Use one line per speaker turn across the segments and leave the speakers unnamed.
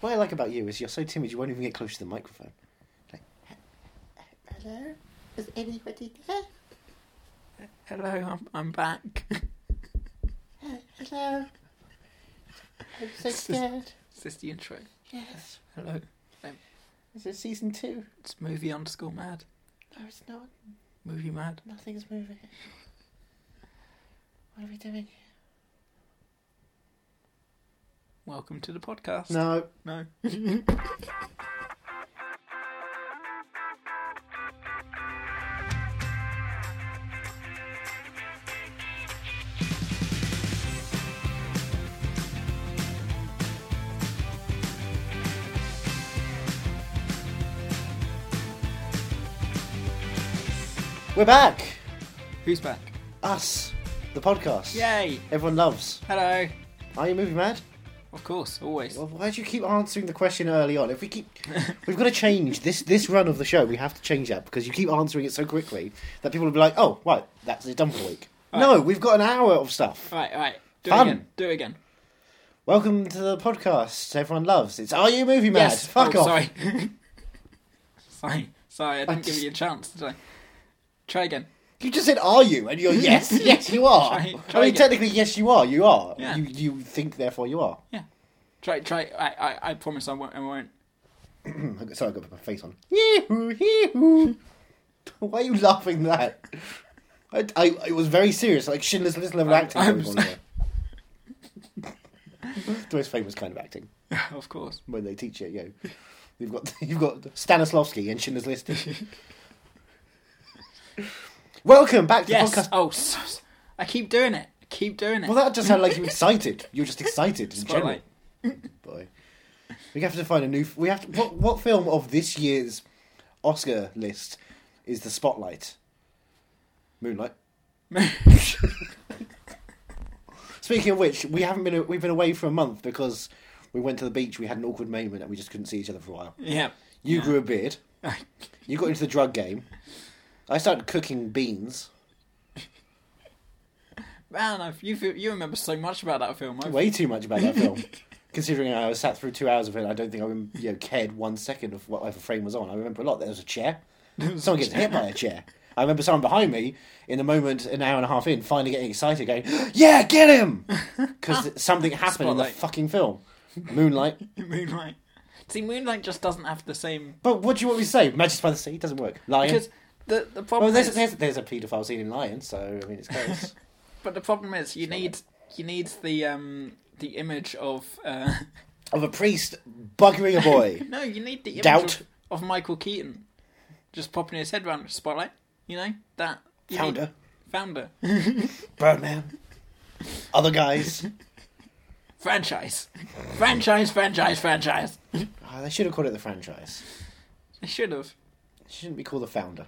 What I like about you is you're so timid you won't even get close to the microphone. Like,
Hello? Is anybody there?
Hello, I'm, I'm back.
Uh, Hello? I'm so scared.
Is this the intro?
Yes.
Hello.
is it season two?
It's movie underscore mad.
No, it's not.
Movie mad.
Nothing's moving. What are we doing?
Welcome to the podcast.
No.
No.
We're back!
Who's back?
Us, the podcast.
Yay!
Everyone loves.
Hello.
Are you movie mad?
Of course, always.
Well, why do you keep answering the question early on? If we keep. We've got to change this this run of the show. We have to change that because you keep answering it so quickly that people will be like, oh, right, that's it done for the week.
Right.
No, we've got an hour of stuff.
All right, all right. Do
Fun.
it again. Do it again.
Welcome to the podcast everyone loves. It's Are You Movie Mad?
Yes.
Fuck
oh,
off.
Sorry. sorry. Sorry. I didn't give
just-
you a chance, did I? Try again.
You just said, "Are you?" and you're yes, yes, you are.
Try-
I
try
mean,
again.
technically, yes, you are. You are.
Yeah.
You you think, therefore, you are.
Try. Try. I. I, I promise I won't. I won't.
Hmm, I got- Sorry, I got my face on. Yee-hoo, yee-hoo. Why are you laughing at that? I, I it was very serious, like Schindler's List level
I'm-
acting.
I'm
going on
sorry.
there. the most famous kind of acting
of course.
when they teach it. You know. you've got you've got Stanislavski and Schindler's List. Welcome back to
Yes.
the podcast.
Oh, so, so- I keep doing it. I keep doing it.
Well, that just sounded like you were excited. You're just excited in general.
Spotlight.
Boy, we have to find a new. We have to, what what film of this year's Oscar list is the Spotlight? Moonlight. Speaking of which, we haven't been we've been away for a month because we went to the beach. We had an awkward moment and we just couldn't see each other for a while.
yeah.
You
Yeah.
grew a beard. You got into the drug game. I started cooking beans.
Man, I've, you feel, you remember so much about that film. I've,
Way too much about that film. Considering I was sat through two hours of it, I don't think I rem- you know, cared one second of whatever frame was on. I remember a lot. There was a chair. Someone gets hit by a chair. I remember someone behind me in the moment, an hour and a half in, finally getting excited, going, "Yeah, get him!" Because something happened in the
Spotlight.
fucking film. Moonlight.
Moonlight. See, Moonlight just doesn't have the same
But what do you want me to say? Magic by the Sea doesn't work. Lion.
because the the problem
Oh, well, there's,
is,
there's, there's a paedophile scene in Lion, so I mean it's close.
but the problem is you need you need the um the image of uh
of a priest buggering a boy.
no you need the image
Doubt.
of, of Michael Keaton just popping his head around the spotlight. You know that you need-
Founder.
founder
Birdman. Other guys.
franchise franchise franchise franchise.
Ah, they should have called it the franchise.
I should have.
It shouldn't be called the founder.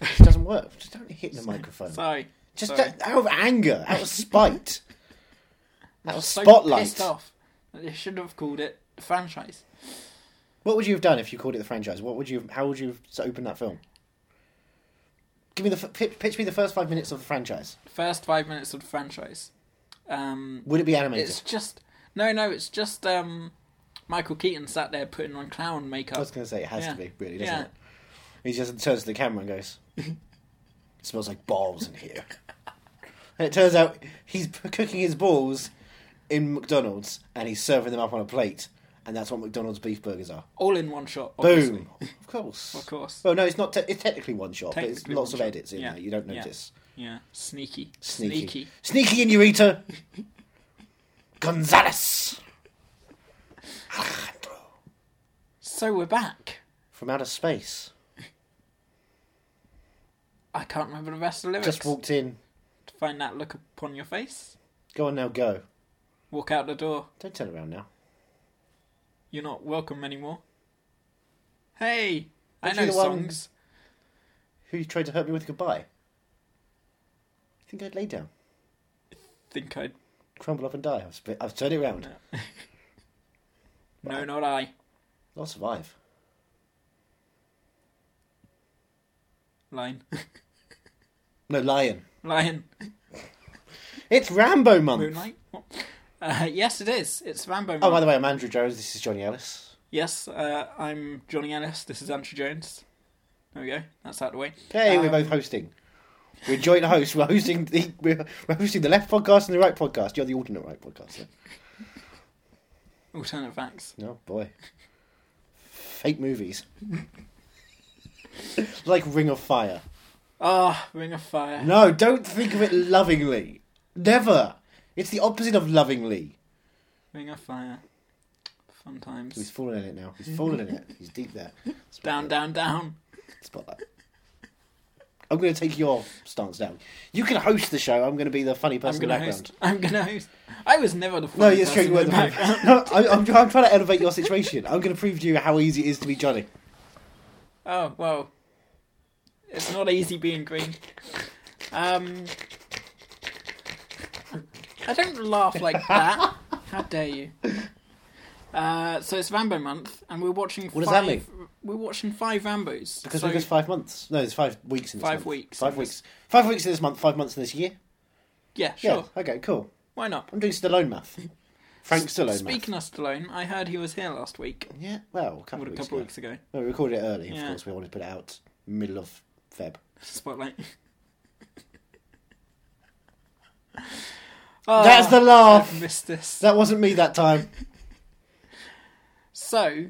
It doesn't work. Just don't hit the microphone.
Sorry.
Just
Sorry.
out out of anger, out of spite, out of
So
spotlight.
pissed off. They should have called it franchise.
What would you have done if you called it the franchise? What would you? How would you have opened that film? Give me the f- pitch, pitch. Me the first five minutes of the franchise.
First five minutes of the franchise. Um,
Would it be animated?
It's just no, no. It's just um, Michael Keaton sat there putting on clown
I
makeup.
was going to say it has
Yeah.
to be really, doesn't
Yeah.
it? He just turns to the camera and goes, "It smells like balls in here." and it turns out he's p- cooking his balls in McDonald's and he's serving them up on a plate, and that's what McDonald's beef burgers are.
All in one shot. Obviously.
Boom. Of course.
Of course.
Well, no, it's not. Te- it's technically one shot, but
Technically
it's lots
one
of
shot.
edits in
Yeah.
there. You don't
Yeah.
notice.
Yeah. Sneaky.
Sneaky. Sneaky, in your eater. Gonzalez
So we're back.
from outer space
I can't remember the rest of the lyrics.
just walked in.
To find that look upon your face.
Go on now, go.
Walk out the door.
Don't turn around now.
You're not welcome anymore. Hey, I
Aren't you
know
the one-
songs.
Who you tried to hurt me with goodbye? I think I'd lay down,
Think I'd
crumble up and die. I've, sp- I've turned it round.
No. no, not I.
I'll survive.
Lion,
No lion.
lion,
It's Rambo month.
moonlight. What? Uh, yes, it is. It's Rambo.
Um. Oh, by the way, I'm Andrew Jones. This is Johnny Ellis.
Yes, uh, I'm Johnny Ellis. This is Andrew Jones. There we go. That's out of the way.
Hey, we're
Um,
both hosting. We're joint hosts. We're hosting the we're, we're hosting the left podcast and the right podcast. You're the alternate right podcaster.
Alternative facts.
No boy, fake movies like Ring of Fire.
Ah, Ring of Fire.
No, don't think of it lovingly. Never. It's the opposite of lovingly.
Ring of Fire. Fun
He's
times.
fallen in it now. He's fallen in it. He's deep there.
Down, down, down.
Spotlight. I'm going to take your stance down. You can host the show. I'm going to be the funny
I'm
person in the
gonna
background.
host. I'm gonna host. I was never the.
No,
funny
it's true.
person
You were
in
the
the
funny.
background.
No, I, I'm, I'm trying to elevate your situation. I'm going to prove to you how easy it is to be Johnny.
Oh well, it's not easy being green. Um, I don't laugh like that. How dare you? Uh, so it's Rambo month, and we're watching.
What does that
five, We're watching five Rambo's.
Because
so,
we're just five months. No, it's five weeks in this
Five
month.
weeks.
Five weeks. Five weeks in this month. Five months in this year.
yeah, sure.
Yeah. Okay. Cool.
Why not?
I'm doing Stallone math. Frank Stallone
Speaking of Stallone, I heard he was here last week.
math. Yeah. Well, a couple
What,
of
a
weeks.
couple
ago.
of weeks ago.
No, we recorded it early. Of
Yeah.
course, we wanted to put it out middle of Feb.
Spotlight.
That's the laugh.
Ah, I've missed this.
That wasn't me that time.
So,
I'm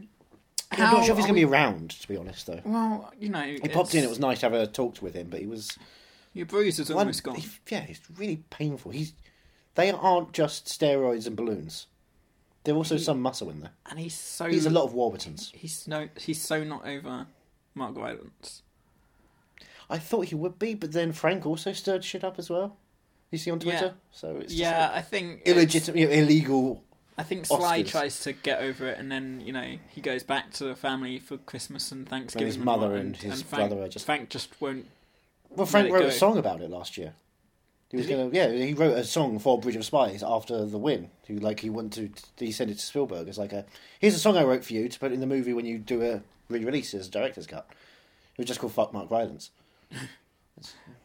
not sure
are
if he's
we-
going to be around, to be honest, though.
Well, you know,
He popped in. It was nice to have a talk with him, but he was
your bruise is almost
one-
gone.
he- yeah, it's really painful. He's they aren't just steroids and balloons. There are also some muscle in there.
and he's so
He's a lot of Warburtons.
He's no, he's so not over Mark Rylance.
I thought he would be, but then Frank also stirred shit up as well. You see on
Yeah.
Twitter, so it's just
Yeah,
like
I think it's-
illegitimate, you know, illegal.
I think Sly
Oscars.
tries to get over it, and then you know he goes back to the family for Christmas and Thanksgiving.
his mother
what-
and his
Frank,
brother are just-
Frank just won't.
Well, Frank
it
wrote
go.
a song about it last year. He was
Did
gonna, yeah, he wrote a song for Bridge of Spies after the win. He like he wanted to, he sent it to Spielberg as like a here's a song I wrote for you to put in the movie when you do a re-release as a director's cut. It was just called "Fuck Mark Rylance."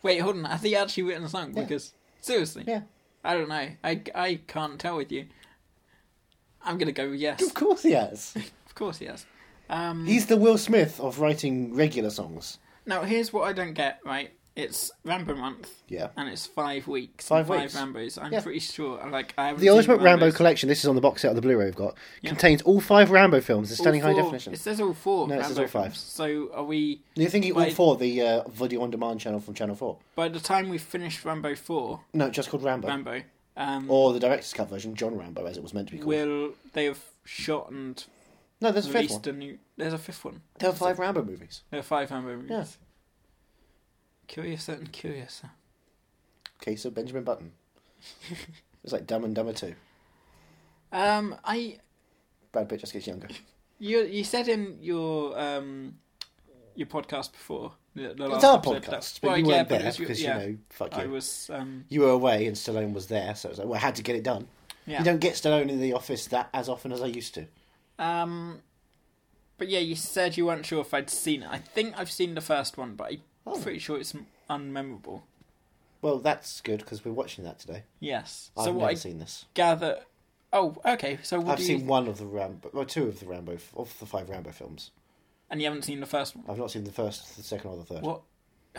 Wait, hold on. Have they actually written a song?
Yeah.
Because seriously,
Yeah.
I don't know. I, I can't tell with you. I'm gonna go with yes.
Of course he has.
Of course he has. Um,
He's the Will Smith of writing regular songs.
Now, here's what I don't get, right? It's Rambo month,
Yeah.
and it's five weeks.
Five
and
weeks.
Five Rambos. I'm
Yeah.
pretty sure. Like I haven't
The
seen
Ultimate Rambo
Rambos.
collection. This is on the box set of the Blu-ray we've got.
Yeah.
Contains all five Rambo films in
All
stunning high
four-
definition.
It says all four.
No, it
Rambo
says all five.
films. So are we?
You're thinking all
Wait.
four the uh, video on demand channel from Channel Four?
By the time we finish Rambo four,
No, just called Rambo.
Rambo, um,
Or the director's cut version, John Rambo, as it was meant to be called.
will they have shot and
No, there's a fifth one.
released a new? There's a fifth one.
There are five Rambo movies.
There are five Rambo movies.
Yeah.
Curiouser and curiouser.
Case of Benjamin Button. it's like Dumb and Dumber 2.
Um, I
Brad Pitt just gets younger.
You you said in your um your podcast before the, the
It's
last
our
episode,
podcast,
that-
but
Well,
you
yeah,
weren't
but
there
it's your-
because,
yeah,
you know, fuck
I
you.
was um
You were away and Stallone was there, so it was like, well, I had to get it done.
yeah
You don't get Stallone in the office that as often as I used to.
um but yeah you said you weren't sure if I'd seen it. I think I've seen the first one, but I'm
Oh.
pretty sure it's unmemorable.
Well, that's good because we're watching that today.
Yes.
I've
so
never
what I
seen this.
gather. Oh, okay. So what
I've
do
seen
you
one of the Rambo, well, two of the Rambo, of the five Rambo films.
and you haven't seen the first one.
I've not seen the first, the second, or the third.
What?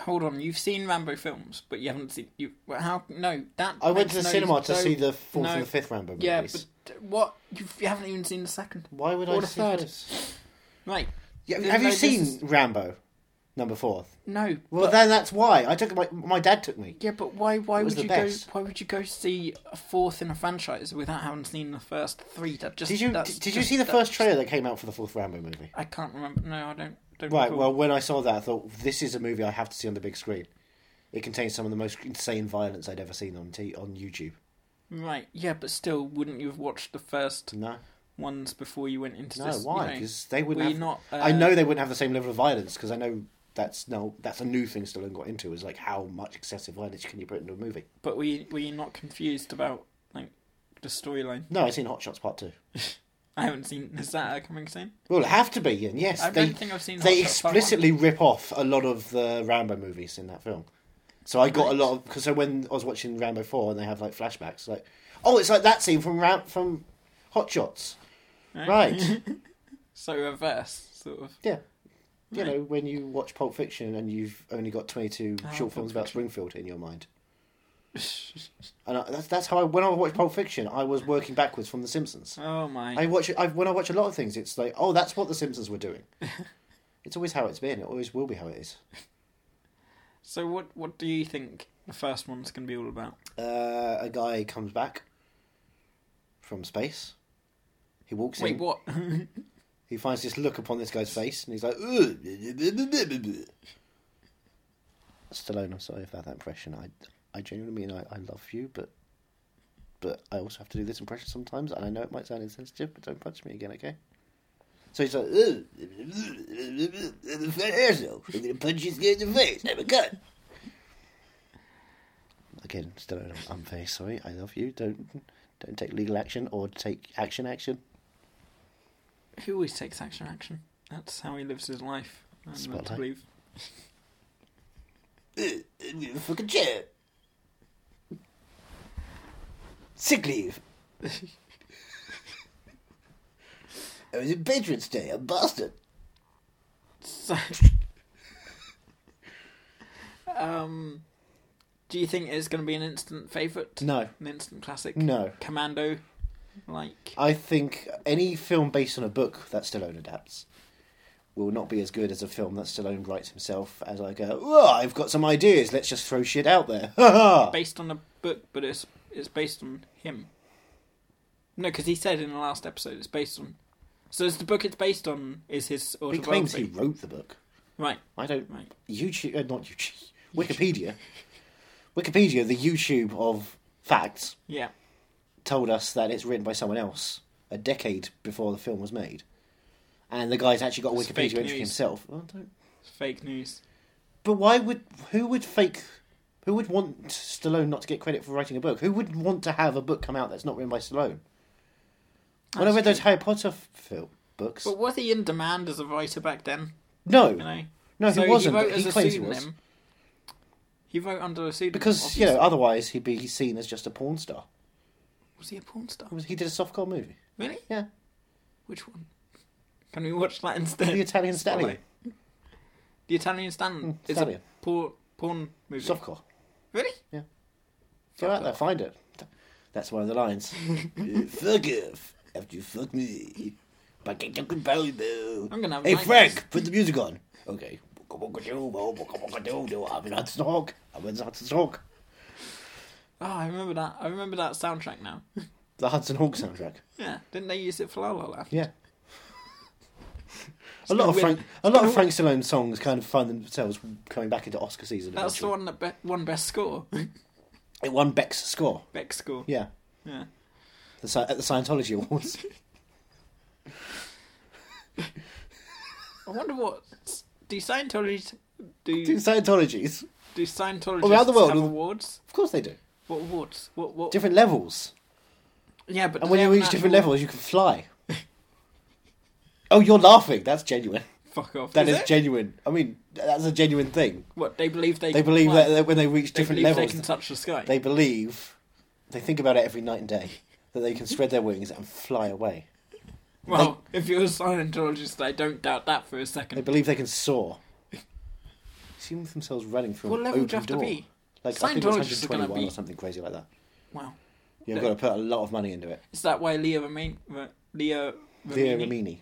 Hold on. You've seen Rambo films, but you haven't seen you. well, How? No, that.
I went
makes
to the
no-
cinema to
no-
see the fourth
no.
and the fifth Rambo movies.
Yeah, but what? You've, you haven't even seen the second.
Why would
or
I
the
see
third.
those?
Right.
Yeah,
No,
have
no,
you
this
seen
is-
Rambo, number four?
No.
Well,
but,
then that's why I took my my dad took me.
yeah, but why? Why
It was
would
the
you
best.
go? Why would you go see a fourth in a franchise without having seen the first three? That just
Did you
that's
did, did you
just-
see the
that-
first trailer that came out for the fourth Rambo movie?
I can't remember. No, I don't. don't
Right.
recall.
Well, when I saw that, I thought this is a movie I have to see on the big screen. It contains some of the most insane violence I'd ever seen on t- on YouTube.
Right. Yeah, but still, wouldn't you have watched the first
No,
ones before you went into
no.
this? you
why?
know?
Because they
were
wouldn't.
you
Have,
not? Uh,
I know they wouldn't have the same level of violence because I know that's now that's a new thing Stallone got into is like how much excessive violence can you put into a movie?
But were you, were you not confused about like the storyline?
No, I've seen Hot Shots Part Two.
I haven't seen. Is that uh, coming soon?
Well, it have to be, and yes,
I
they
don't think I've seen.
they
Hot Shots Part One.
explicitly rip off a lot of the Rambo movies in that film. So I got a
Right.
lot of because so when I was watching Rambo four and they have like flashbacks, like Oh, it's like that scene from Ra- from Hot Shots. Right.
so reverse, sort of.
Yeah. You know, when you watch Pulp Fiction and you've only got 22
Ah,
short
Pulp
films about Springfield in your mind. And I, that's, that's how I, when I watched Pulp Fiction, I was working backwards from The Simpsons.
Oh my.
I watch, I, when I watch a lot of things, it's like, oh, that's what The Simpsons were doing. it's always how it's been. It always will be how it is.
So what what do you think the first one's going to be all about?
Uh, a guy comes back from space. He walks
Wait,
in.
what?
He finds this look upon this guy's face, and he's like, "Ugh." Stallone, I'm sorry about that impression. I, I genuinely mean I, I love you, but, but I also have to do this impression sometimes, and I know it might sound insensitive, but don't punch me again, okay? So he's like, "Ugh." the fat asshole. I'm gonna punch this guy in the face. Have a cut. Again, Stallone, I'm- I'm very sorry. I love you. Don't, don't take legal action or take action action.
he always takes action. Action. That's how he lives his life. I'm led to
Spotlight.
believe.
fucking chair. Sick leave. it was a Patriots Day. I'm bastard.
So, um, do you think it's going to be an instant favourite?
No,
An instant classic?
no. Uh,
Commando, like.
I think any film based on a book that Stallone adapts will not be as good as a film that Stallone writes himself. As I go, oh, I've got some ideas. Let's just throw shit out there.
based on a book, but it's it's based on him. No, because he said in the last episode it's based on. So it's the book it's based on is his
he claims he
autobiography.
wrote the book.
Right,
I don't
right.
YouTube, uh, not YouTube, Wikipedia. Wikipedia, the YouTube of facts,
Yeah.
told us that it's written by someone else a decade before the film was made. And the guy's actually got a
It's
Wikipedia
fake
entry
news.
himself. Well, don't-
It's fake news.
But why would, who would fake, who would want Stallone not to get credit for writing a book? Who would want to have a book come out that's not written by Stallone? When I
That's
read those
true.
Harry Potter f- fil- books,
But was he in demand as a writer back then? You
no,
know.
no,
so
he wasn't.
He wrote
but
as
he
a
claims he
pseudonym.
was
He wrote under a pseudonym
because you know otherwise he'd be seen as just a porn star.
obviously. was he a porn star?
He did a softcore movie.
Really?
Yeah.
Which one? Can we watch that instead?
The Italian
Spotlight.
Stallion.
The Italian Stallion.
Mm,
It's a
Stallion.
poor porn movie.
Softcore.
Really?
Go out there, find it. That's one of the lines. fuck off after you fuck me. But I don't compel you.
I'm gonna have
Hey,
nightmares.
Frank, put the music on. Okay. I'm not snog. I'm not snog.
Oh, I remember that. I remember that soundtrack now.
The Hudson Hawk soundtrack.
Yeah, didn't they use it for La La Land?
Yeah. A lot of Frank, a lot of Frank Stallone songs kind of find themselves coming back into Oscar season.
That's the
eventually.
one that be- won best score.
It won Beck's score.
Beck score.
Yeah,
Yeah.
the, Sci- at the Scientology Awards.
I wonder what do Scientology do?
Do
Do,
Scientologies?
Scientologists
Around the world,
have
all-
awards?
Of course they do.
What awards? What what?
Different levels.
yeah, but
And
do
when
they
you
have
reach
an
different
actual-
levels, you can fly. oh, you're laughing. That's genuine.
fuck off.
That is
is it?
genuine. I mean, that's a genuine thing.
what they believe they
They
can
believe that,
fly.
that when they reach
They
different
believe
levels,
they can touch the sky.
they believe, they think about it every night and day, that they can spread their wings and fly away.
well, if you're a Scientologist, I don't doubt that for a
They
second.
believe they can soar. See themselves running through
What
an
level
open
do you have
door.
to be?
Like I think it's
Scientologists are gonna
121
be-
or something crazy like that.
Wow,
You've
No.
got to put a lot of money into it.
is that why Leah Ramin? Ra- Leah
Leah
Remini,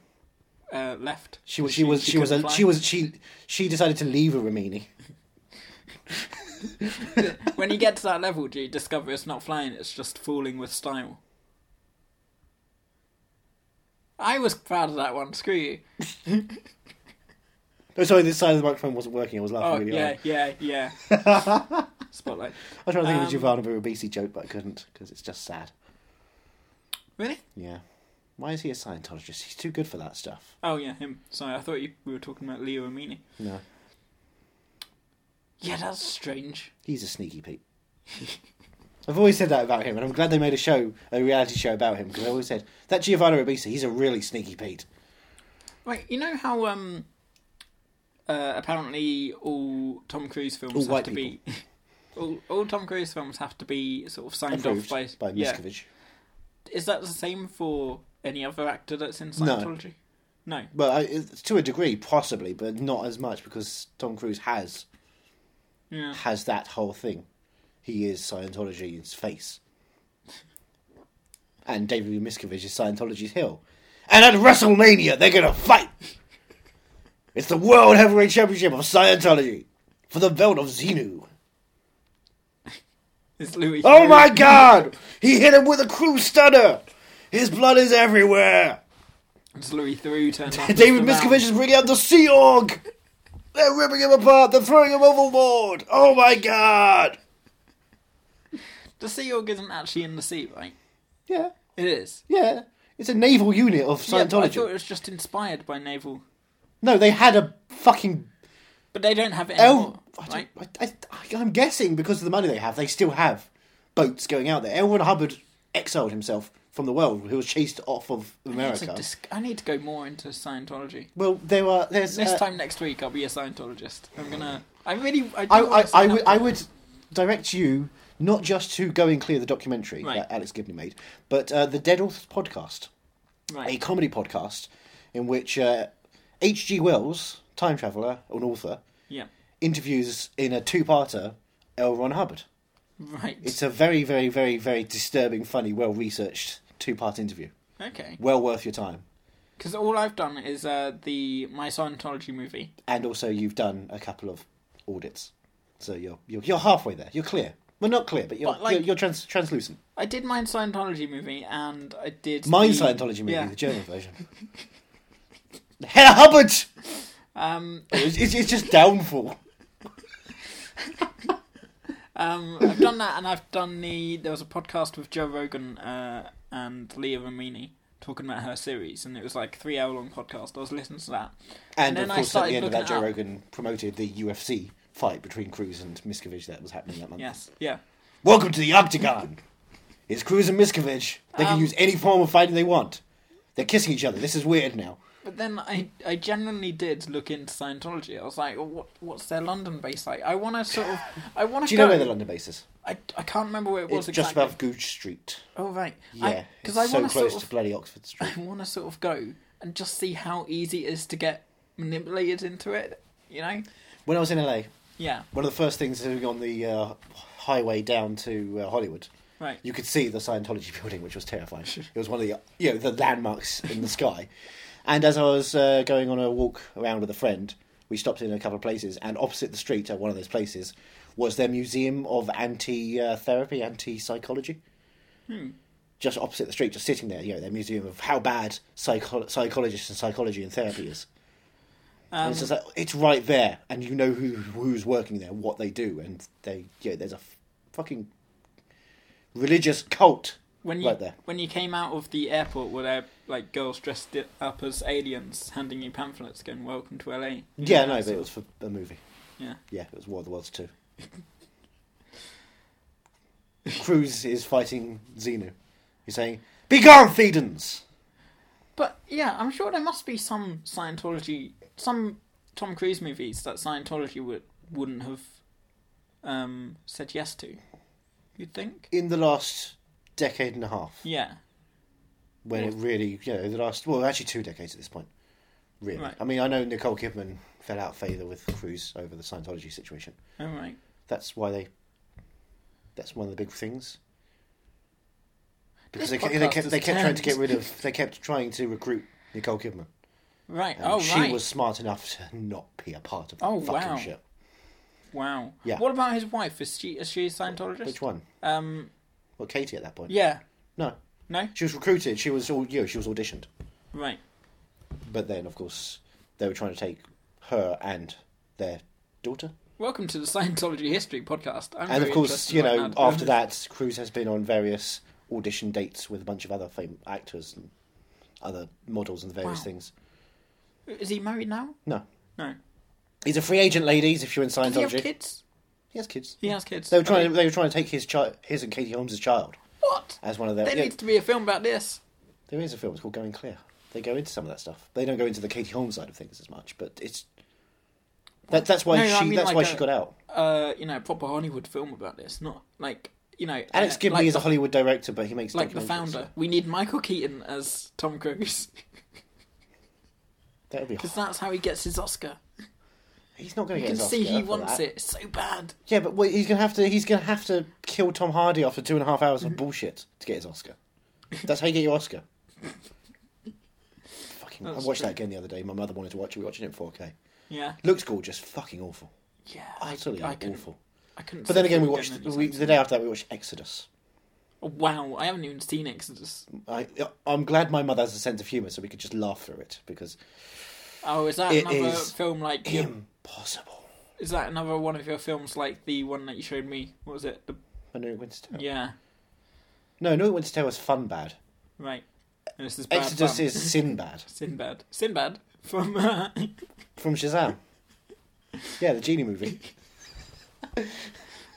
Ramini.
uh, left.
She was. She was. She, was.
couldn't
A,
fly?
she was. She. She decided to leave a Ramini.
when you get to that level, do you discover it's not flying, it's just falling with style? I was proud of that one, screw you.
Oh, sorry, this side of the microphone wasn't working. I was laughing
Oh,
really
yeah,
hard.
yeah, yeah. Spotlight.
I was trying to think
Um,
of a Giovanni Ribisi joke, but I couldn't because it's just sad.
Really?
Yeah. Why is he a Scientologist? He's too good for that stuff.
Oh, yeah, him. Sorry, I thought you, we were talking about Leo Amini.
No.
Yeah, that's strange.
He's a sneaky Pete. I've always said that about him, and I'm glad they made a show, a reality show about him, because I always said, that Giovanni Ribisi, he's a really sneaky Pete.
Right, you know how um, uh, apparently all Tom Cruise films
All
have
white
to be. All, all Tom Cruise films have to be sort of signed
Approved
off by,
by
yeah.
Miskovich.
Is that the same for any other actor that's in
No.
Scientology? No.
Well, I, it's to a degree, possibly, but not as much because Tom Cruise has
Yeah.
has that whole thing. He is Scientology's face, and David Miscavige is Scientology's heel. And at WrestleMania, they're gonna fight. It's the World Heavyweight Championship of Scientology for the belt of Xenu.
It's Louis.
Oh my God! He hit him with a cruise stunner. His blood is everywhere.
It's Louis Theroux turned up. as
David
the
Miscavige is bringing out the Sea Org. They're ripping him apart. They're throwing him overboard. Oh my god.
Ram. The Sea Org isn't actually in the sea, right?
Yeah,
It is.
yeah. It's a naval unit of
Yeah, but I
Scientology.
thought it was just inspired by naval.
No, they had a fucking
But they don't have it anymore,
L. Oh, I don't-
Oh, right?
I, I, I'm guessing because of the money they have, they still have boats going out there. Elwood Hubbard exiled himself from the world. He was chased off of
It's a
America.
dis- I need to go more into Scientology.
well, there were. There's
This
uh,
time next week, I'll be a Scientologist. I'm gonna. I really. I, do
I, I,
wanna
I,
sign
would,
up
I
to-
would direct you not just to go and clear the documentary
Right.
that Alex Gibney made, but uh, the Dead Authors podcast, a
Right.
comedy podcast in which uh, H.G. Wells, time traveler, an author,
Yeah.
interviews in a two-parter L. Ron Hubbard.
Right.
It's a very, very, very, very disturbing, funny, well-researched two-part interview.
okay.
Well worth your time.
Because all I've done is uh, the my Scientology movie.
And also, you've done a couple of audits, so you're you're, you're halfway there. You're clear. Well, not clear, but you're
But, like-
you're, you're trans, translucent.
I did my Scientology movie, and I did
My
the-
Scientology movie,
Yeah.
the German version. Herr Hubbard!
Um,
It's, it's, it's just downfall.
um, I've done that, and I've done the. There was a podcast with Joe Rogan uh, and Leah Remini talking about her series, and it was like a three hour long podcast. I was listening to that.
And,
And then
of
I
course, at the
started
end of that,
looking
Joe
up.
Rogan promoted the UFC fight between Cruz and Miscavige that was happening that month.
Yes, yeah.
Welcome to the Octagon! It's Cruz and Miscavige. They can
Um,
use any form of fighting they want. They're kissing each other. This is weird now.
But then I, I genuinely did look into Scientology. I was like, well, what, what's their London base like? I want to sort of, I want to.
Do you know where the London base is?
I, I can't remember where it was
It's just
exactly.
above Gooch Street.
Oh right,
Yeah,
because
it's
I,
so
want
close
to sort
to
of,
bloody Oxford Street.
I want to sort of go and just see how easy it is to get manipulated into it. You know?
When I was in LA,
Yeah.
one of the first things doing on the uh, highway down to uh, Hollywood
Right.
you could see the Scientology building, which was terrifying. It was one of the you know the landmarks in the sky. And as I was uh, going on a walk around with a friend, we stopped in a couple of places, and opposite the street at one of those places was their museum of anti-therapy, anti-psychology. Just opposite the street, just sitting there, you know, their museum of how bad psycho- psychologists and psychology and therapy is. and it's just like, it's right there, and you know who who's working there, what they do, and they, you know, there's a f- fucking religious cult
When you
right there.
when you came out of the airport, were there like girls dressed i- up as aliens handing you pamphlets going "Welcome to LA"? You
Yeah,
know,
no, but it
that sort
was for a movie.
of- yeah.
Yeah, it was War of the Worlds 2. Cruz is fighting Xenu. He's saying, Begone, Thedans!
But yeah, I'm sure there must be some Scientology, some Tom Cruise movies that Scientology would wouldn't have um, said yes to. You'd think.
In the last decade and a half,
Yeah.
when it really, you know, the last, well, actually two decades at this point, really.
Right.
I mean, I know Nicole Kidman fell out of favour with Cruz over the Scientology situation.
All right.
That's why they, that's one of the big things. Because they,
This
kept- they
podcast
kept,
is
they kept trying to get
tense.
rid of, they kept trying to recruit Nicole Kidman.
Right.
And
Oh,
Um, she
right.
was smart enough to not be a part of that
Oh,
fucking
wow.
shit.
Wow.
Yeah.
What about his wife? Is she is she a Scientologist?
Which one?
Um.
Well, Katie at that point.
Yeah.
No,
No.
she was recruited. She was all you know, she was auditioned,
Right.
but then of course they were trying to take her and their daughter.
Welcome to the Scientology History Podcast. I'm
and
very
of course,
interested
you
right
know,
now.
after that, Cruz has been on various audition dates with a bunch of other famous actors and other models and various
Wow.
things.
is he married now?
No,
No.
he's a free agent, ladies. If you're in
Does he have
Scientology,
kids?
he has kids.
He has kids.
They were trying.
Okay.
They were trying to take his child, his and Katie Holmes' child,
What?
as one of their.
There
yeah.
needs to be a film about this.
There is a film. It's called Going Clear. They go into some of that stuff. They don't go into the Katie Holmes side of things as much, but it's That, that's why
No,
she.
I mean
that's
like
why
a-
she got out.
uh, you know, a proper Hollywood film about this, not like you know.
Alex
uh,
Gibney
like
is a
the-
Hollywood director, but he makes
like the
documentaries.
founder. We need Michael Keaton as Tom Cruise
That would be.
because that's how he gets his Oscar.
He's not going
You
to
can
get. his
see
Oscar
he
for
wants
that.
it so bad.
Yeah, but well, he's gonna have to. He's gonna have to kill Tom Hardy after two and a half hours
Mm-hmm.
of bullshit to get his Oscar. That's how you get your Oscar. fucking, I
That's
watched
true.
that again the other day. My mother wanted to watch it. We watched it in 4K.
Yeah,
Looks gorgeous. Fucking awful.
yeah.
Absolutely
I couldn't.
awful.
I couldn't
But then
sit
again, we
through
watched
anything
we,
else.
the day after that. We watched Exodus.
Wow, I haven't even seen Exodus.
I, I'm glad my mother has a sense of humour, so we could just laugh through it because
Oh, is that
It
another
is
film like?
impossible.
Is that another one of your films like the one that you showed me? What was it? The,
I knew it went to tell.
yeah,
No, no, it went to tell was fun bad.
right. And this is bad
Exodus
fun.
is Sinbad
Sinbad. Sinbad from uh,
from Shazam. yeah, the genie movie.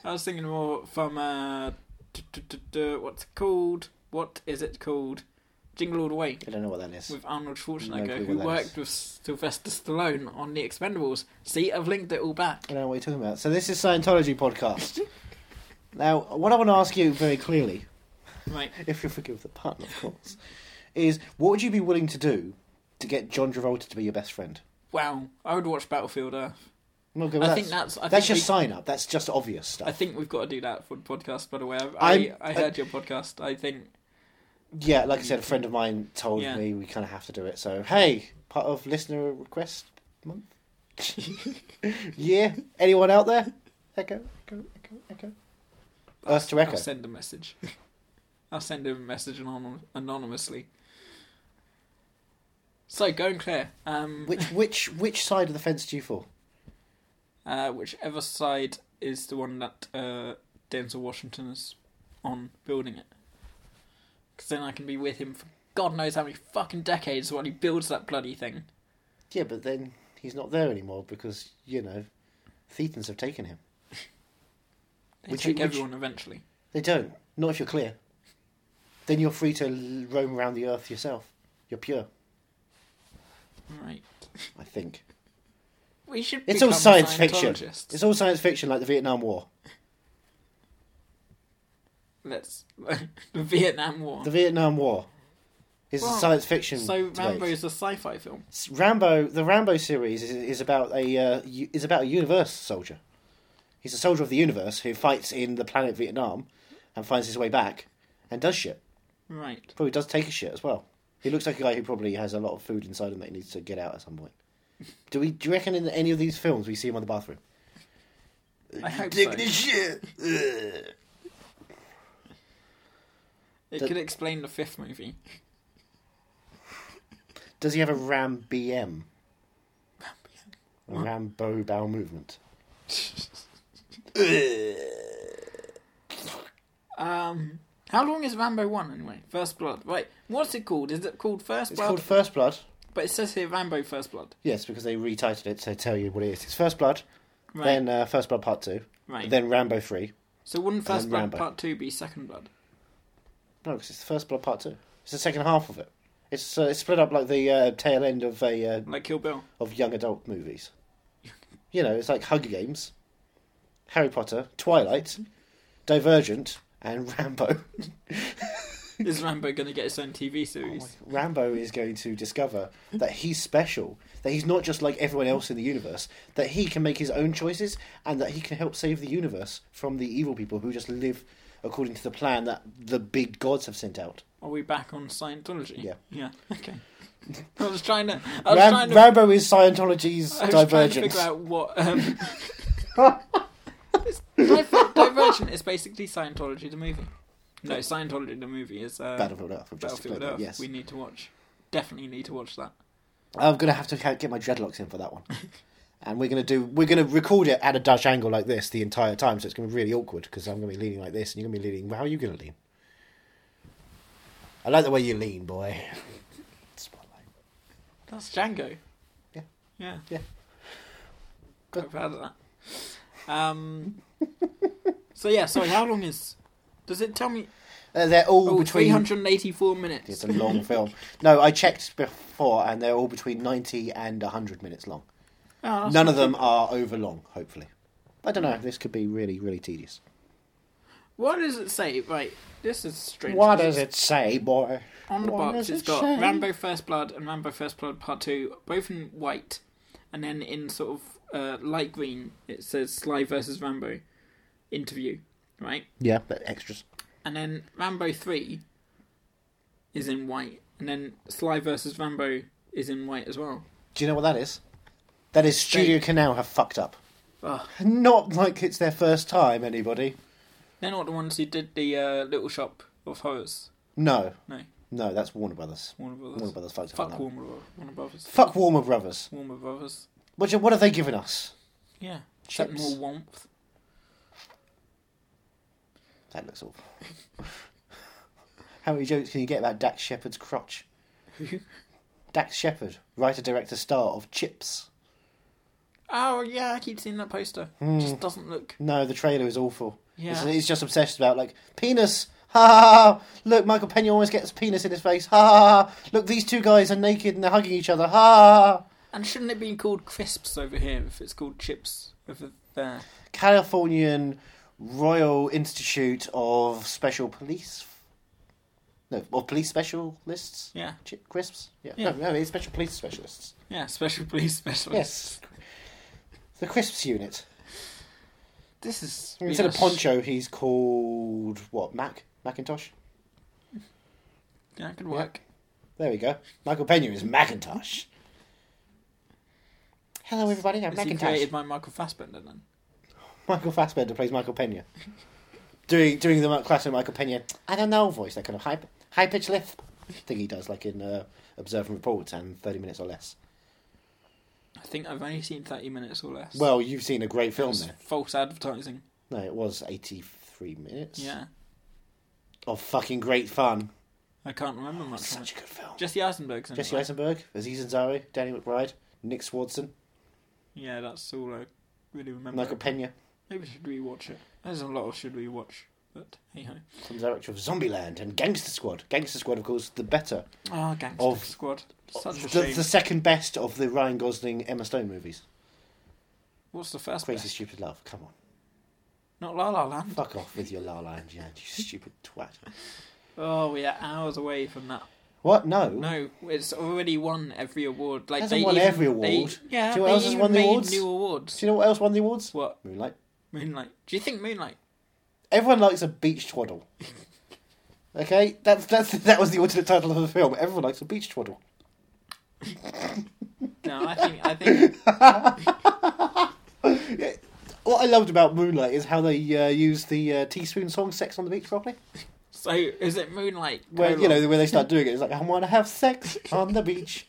I was thinking more from uh, t- t- t- t- what's it called? What is it called? Jingle All the Way
I don't know what that is.
with Arnold
No
Schwarzenegger,
clue
who
what that is.
worked with Sylvester Stallone on The Expendables. See, I've linked it all back.
I don't know what you're talking about. So this is Scientology podcast. now, what I want to ask you very clearly,
Right.
if you forgive the pun, of course, is what would you be willing to do to get John Travolta to be your best friend?
Wow. I would watch Battlefield Earth.
I'm not good with that.
I think that's. I
that's
think
just
we,
sign up. That's just obvious stuff.
I think we've got to do that for the podcast. By the way, I I,
I'm-
I heard your podcast. I think
Yeah, like I said, a friend of mine told
Yeah.
me we kind of have to do it. So hey, part of listener request month. yeah, anyone out there? Echo, echo, echo, echo. Us to
I'll
echo.
send a message. I'll send him a message anon- anonymously. So going clear. Um,
Which which which side of the fence do you fall?
Uh, whichever side is the one that uh, Denzel Washington is on building it. Because then I can be with him for God knows how many fucking decades while he builds that bloody thing.
Yeah, but then he's not there anymore because you know, Thetans have taken him.
They
Would you-
take
would you-
everyone eventually.
They don't. Not if you're clear. Then you're free to l- roam around the earth yourself. You're pure,
Right.
I think.
We should.
It's all
become
science fiction.
Scientologists.
It's all science fiction, like the Vietnam War.
Let's the Vietnam War.
The Vietnam War is
Well,
a science fiction.
so
debate.
Rambo is a sci-fi film.
S- Rambo, the Rambo series is, is about a uh, u- is about a universe soldier. He's a soldier of the universe who fights in the planet Vietnam, and finds his way back, and does shit.
Right.
Probably does take a shit as well. He looks like a guy who probably has a lot of food inside him that he needs to get out at some point. Do we? Do you reckon in any of these films we see him on the bathroom?
I hope
Take
so.
this shit. Ugh.
It
the-
could explain the fifth movie.
Does he have a Ram BM? A Rambo bowel movement.
Um, how long is Rambo one anyway? First Blood. Right. What's it called? Is it called First
It's
Blood?
called First Blood.
But it says here Rambo First Blood.
Yes, because they retitled it to tell you what it is. It's First Blood,
Right.
then uh, First Blood Part Two,
right.
then Rambo Three.
so wouldn't First
then
Blood
Rambo.
Part Two be Second Blood?
No, because it's First Blood Part Two. It's the second half of it. It's uh, it's split up like the uh, tail end of a uh,
Like Kill Bill.
of young adult movies. You know, it's like Hunger Games, Harry Potter, Twilight, Divergent, and Rambo.
Is Rambo going to get his own TV
Oh
series?
my- Rambo is going to discover that he's special, that he's not just like everyone else in the universe, that he can make his own choices, and that he can help save the universe from the evil people who just live according to the plan that the big gods have sent out.
Are we back on Scientology?
Oh Yeah.
Yeah. Okay. I was trying to. I was
Ram-
trying to.
Rambo is Scientology's
I was trying to
divergence.
figure out what. Um, It's- Di- Divergent is basically Scientology the movie. No, Scientology the movie is uh,
Battlefield Earth. I've just
Battlefield
explained
Earth.
that, Yes,
We need to watch. Definitely need to watch that.
I'm gonna have to ca- get my dreadlocks in for that one. And we're gonna do. We're gonna record it at a Dutch angle like this the entire time, so it's gonna be really awkward because I'm gonna be leaning like this, and you're gonna be leaning. How are you gonna lean? I like the way you lean, boy. Spotlight.
That's Django.
Yeah.
Yeah.
Yeah.
Quite proud of that. Um, so yeah, sorry, how long is does it tell me
Uh, they're all
oh,
between.
384 minutes.
It's a long film. No, I checked before, and they're all between ninety and hundred minutes long.
Oh, that's
None
not
of them
too-
are over long, hopefully. I don't know. This could be really, really tedious.
What does it say? Right, this is strange.
What
'cause
does it say, boy?
On the
What
box,
does
it's
it
got
say?
Rambo First Blood and Rambo First Blood Part 2, both in white. And then in sort of uh, light green, it says Sly versus Rambo interview, right?
Yeah, but extras.
And then Rambo 3 is in white. And then Sly versus Rambo is in white as well.
Do you know what that is? That is Studio Canal have fucked up. Ah.
Ugh.
Not like it's their first time, anybody.
They're not the ones who did the uh, Little Shop of Horrors.
No,
No,
no, that's Warner Brothers.
Warner Brothers.
Warner Brothers fucked up.
Fuck
on that.
Warner, Bro- Warner Brothers.
Fuck Warner Brothers.
Warner Brothers.
What, what have they given us?
Yeah. Except
Chips.
more warmth.
That looks awful. How many jokes can you get about Dax Shepard's crotch?
Who?
Dax Shepard, writer director star of Chips.
Oh yeah, I keep seeing that poster. Just doesn't look.
No, the trailer Hmm. is awful. It's,
Yeah.
it's just obsessed about like penis. Ha ha ha! Look, Michael Pena almost gets penis in his face. Ha ha ha! Look, these two guys are naked and they're hugging each other. Ha ha! ha.
And shouldn't it be called crisps over here if it's called chips over there?
Californian Royal Institute of Special Police. No, or police specialists.
Yeah,
Chip crisps. Yeah.
Yeah.
No, no, it's special police specialists.
yeah. Special police specialist.
Yes. The crisps unit.
This is
Instead of
yes.
poncho, he's called what? Mac Macintosh.
Yeah, it could work.
There we go. Michael Pena is Macintosh. Hello, everybody. I'm
Is he
Macintosh.
created by Michael Fassbender then?
Michael Fassbender plays Michael Pena. doing doing the classic Michael Pena. I don't know voice. That kind of high high pitched lift thing he does, like in uh, Observe and Report and Thirty Minutes or Less.
I think I've only seen thirty minutes or less.
Well, you've seen a great film
It's
there.
false advertising.
No, it was eighty three minutes.
Yeah,
Of fucking great fun.
I can't remember much. from
Such
it.
a good film.
Jesse Eisenberg's in it,
Jesse
right?
Eisenberg, Aziz Ansari, Danny McBride, Nick Swardson,
Yeah, that's all I really remember.
Michael Pena,
Maybe we should rewatch it. There's a lot of should we watch, but hey ho.
from the director of Zombieland and Gangster Squad. Gangster Squad, of course, the better
Oh, Gangster
Of-
Squad. Such a
the,
shame.
the second best of the Ryan Gosling Emma Stone movies.
What's the first
Crazy
place?
Stupid Love. Come on,
Not La La Land.
fuck off with your La La Land, yeah, you stupid twat.
Oh, we are hours away from that.
What? No.
No, it's already won every award. Like
Hasn't
they
won
even-
every
they-
award.
yeah,
Do you know what
they
else has
even
won the
made
awards?
new
Do
awards.
you know what else won the awards?
What
Moonlight.
Moonlight? Do you think Moonlight?
Everyone likes a beach twaddle. Okay, that's that's that was the alternate title of the film. Everyone likes a beach twaddle.
No, I think I think
What I loved about Moonlight is how they uh, used the uh, teaspoon song "Sex on the Beach" properly.
so. Is it Moonlight?
Where you
colon?
know where they start doing it, it's like I want to have sex on the beach.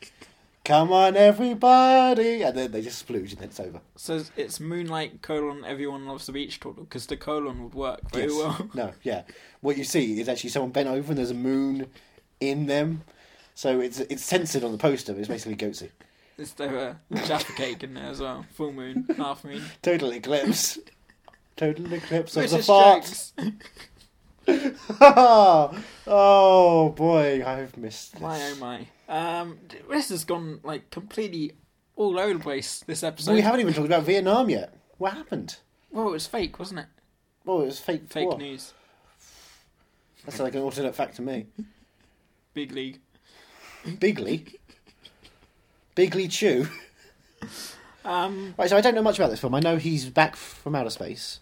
Come on, everybody, and then they just splooge and then it's over.
So it's Moonlight colon. Everyone loves the beach turtle because the colon would work very
Yes.
well.
No, yeah. What you see is actually someone bent over and there's a moon in them. So it's it's censored on the poster, but it's basically goatsy.
Is there a Jaffa cake in there as well? Full moon, half moon.
Total eclipse. Total eclipse of the
Racist
fart.
jokes.
oh boy, I've missed this.
My oh my. Um, this has gone like completely all over the place. This episode.
we haven't even talked about Vietnam yet. What happened?
Well, it was fake, wasn't it?
Well, it was fake.
Fake
what?
news.
That's like an alternate fact to me.
Big league.
Bigley. Bigley Chew.
Um,
Right, so I don't know much about this film. I know he's back from outer space,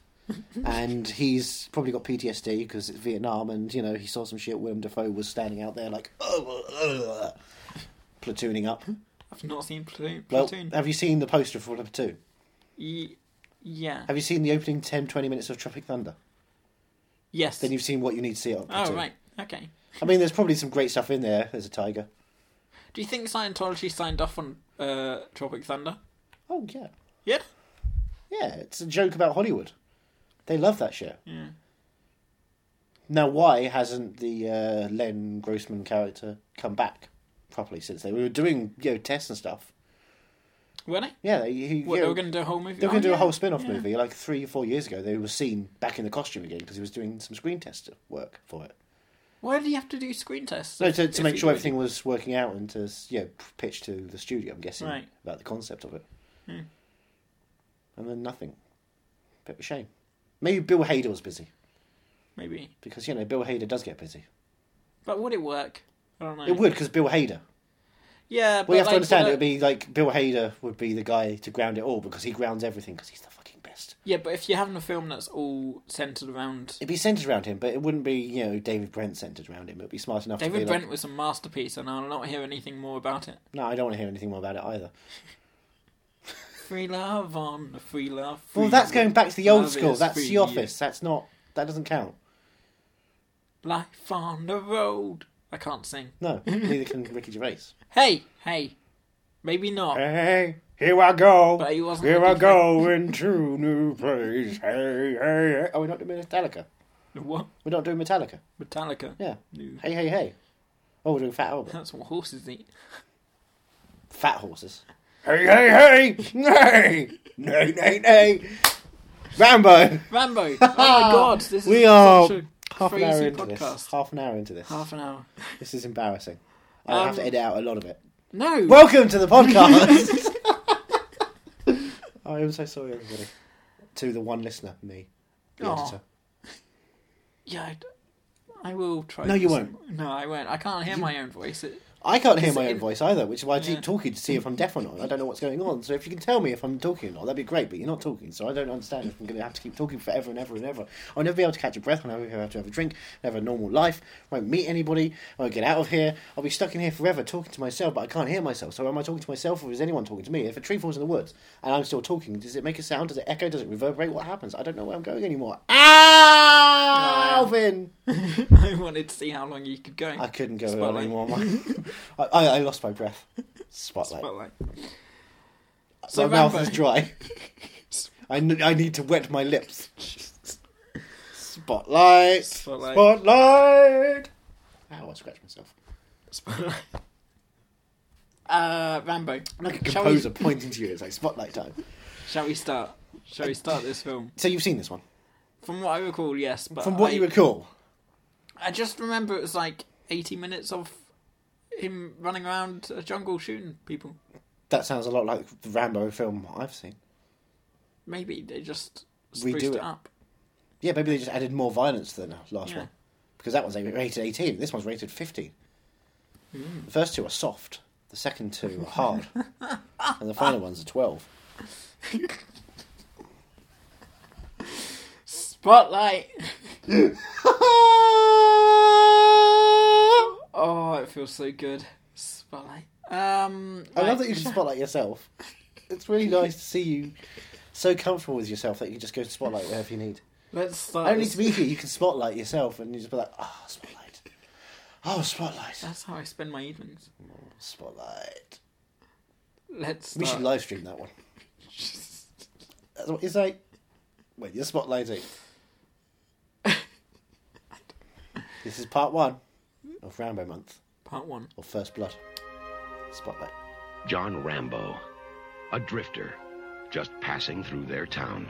and he's probably got PTSD because it's Vietnam, and you know he saw some shit. Willem Dafoe was standing out there like, oh, uh, platooning up.
I've not seen Platoon.
Well,
Hmm,
uh,
Platoon.
have you seen the poster for Platoon?
Ye- yeah.
Have you seen the opening 10, 20 minutes of Tropic Thunder?
Yes.
Then you've seen what you need to see on
oh
Platoon.
right. Okay.
I mean, there's probably some great stuff in there. There's a tiger.
Do you think Scientology signed off on uh, Tropic Thunder?
Oh yeah,
Yeah.
yeah. It's a joke about Hollywood. They love that shit.
Yeah.
Now, why hasn't the uh, Len Grossman character come back properly since they we were doing you know tests and stuff?
Were they?
Yeah, they, he,
What
you
they
know,
were going to do a whole movie?
they were
Oh,
going to do
yeah.
a whole spin-off
Yeah.
movie like three or four years ago. They were seen back in the costume again because he was doing some screen test work for it.
Why did he have to do screen tests?
So to,
If
to make
he
sure
would-
everything was working out and to you know, pitch to the studio, I'm guessing
Right. Hmm.
about the concept of it. and then nothing. Bit of a shame. Maybe Bill Hader was busy
Maybe.
because you know Bill Hader does get busy.
But would it work? I don't know.
It would because Bill Hader.
Yeah, but
Well, you have
like,
to understand
would
it
I-
would be like Bill Hader would be the guy to ground it all because he grounds everything because he's the fucking best.
Yeah, but if you're having a film that's all centered around
It'd be centered around him, but it wouldn't be you know David Brent centered around him. It'd be smart enough to
David
be
Brent
like,
was a masterpiece, and I'll not hear anything more about it.
no, I don't want to hear anything more about it either.
Free love on the free love. Free
Well, that's going back to the old
love
school.
is
That's
free.
The Office. That's not. That doesn't count.
Life on the road. I can't sing.
No, neither can Ricky Gervais.
Hey, hey, maybe not.
Hey, here I go.
Oh. But he wasn't
Here I
Ricky
go into new place. Hey, hey, hey. Oh, we're not doing Metallica.
What?
We're not doing Metallica.
Metallica.
Yeah.
No.
Hey, hey, hey. Oh, we're doing Fat Albert.
That's what horses eat.
Fat horses. Hey, hey, hey. Nay. Nay, nay, nay. Rambo.
Rambo. oh my God, this is
We are
such a
half an
crazy
hour into
podcast.
this. Half an hour into this.
Half an hour.
This is embarrassing. I'll have to
Um,
edit out a lot of it.
No.
Welcome to the podcast. I am so sorry, everybody. To the one listener, me, the
Aw.
editor.
Oh, Yeah, I, d- I will try.
No,
to
you
listen. No, I won't. I can't hear my own voice. It,
I can't hear
Is
my
it
own
in-
voice either, which is why I
Yeah.
keep talking to see if I'm deaf or not. I don't know what's going on. So if you can tell me if I'm talking or not, that'd be great. But you're not talking, so I don't understand if I'm going to have to keep talking forever and ever and ever. I'll never be able to catch a breath. I'll never be able to have a drink. Never have a normal life. won't meet anybody. I won't get out of here. I'll be stuck in here forever talking to myself, but I can't hear myself. So am I talking to myself or is anyone talking to me? If a tree falls in the woods and I'm still talking, does it make a sound? Does it echo? Does it reverberate? What happens? I don't know where I'm going anymore. Alvin!
I wanted to see how long you could go.
I couldn't go on
Spotlight.
anymore. My, I, I, I lost my breath. Spotlight.
Spotlight.
My
So
mouth
Rambo.
is dry. I, n- I need to wet my lips. Spotlight.
Spotlight.
Spotlight. Ow, I scratched myself.
Spotlight. Uh, Rambo.
I'm like a
shall, we,
composer pointing to you. It's like spotlight time.
shall we start? Shall we start this film?
So you've seen this one.
From what I recall, yes. But
From what
I,
you recall.
I just remember it was like 80 minutes of him running around a jungle shooting people.
That sounds a lot like the Rambo film I've seen.
Maybe they just
Redo
spruced
it.
it up.
Yeah, maybe they just added more violence than the last
Yeah.
one. Because that one's rated 18. This one's rated 15. The first two are soft. The second two are hard. and the final one's a 12.
Spotlight. Oh, it feels so good. Spotlight. Um,
I love
right.
that you can spotlight yourself. It's really nice to see you so comfortable with yourself that you just go to spotlight wherever you need.
Let's start.
I don't need
this-
to be here. You can spotlight yourself and you just be like, oh, spotlight. Oh, spotlight.
That's how I spend my evenings.
Spotlight.
Let's
We
start.
should live stream that one. That's what you say. Wait, you're spotlighting. this is part one of Rambo Month,
Part one.
or First Blood. Spotlight.
John Rambo, a drifter, just passing through their town.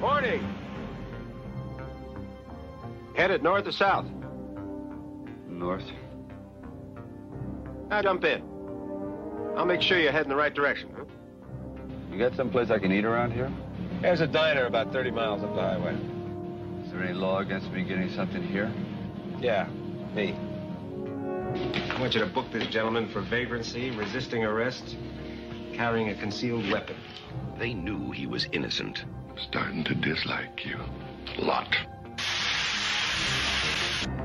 Morning. Headed north or south?
North?
Now jump in. I'll make sure you're heading the right direction. Huh?
You got someplace I can eat around here?
There's a diner about 30 miles up the highway.
Is there any law against me getting something here?
Yeah, me. I want you to book this gentleman for vagrancy, resisting arrest, carrying a concealed weapon.
They knew he was innocent.
Starting to dislike you. A lot.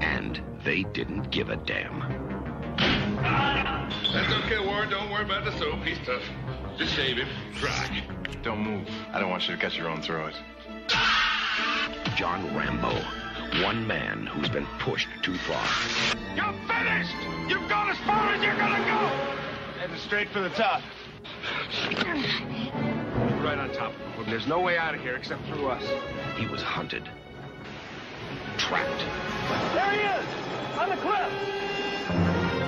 And they didn't give a damn.
That's okay, Warren. Don't worry about the soap. He's tough. Just shave him. Dry. Don't move. I don't want you to cut your own throat.
John Rambo, one man who's been pushed too far.
You're finished! You've gone as far as you're gonna go!
Heading straight for the top. Right on top. Well, there's no way out of here except through us.
He was hunted, trapped,
There he is! On the cliff!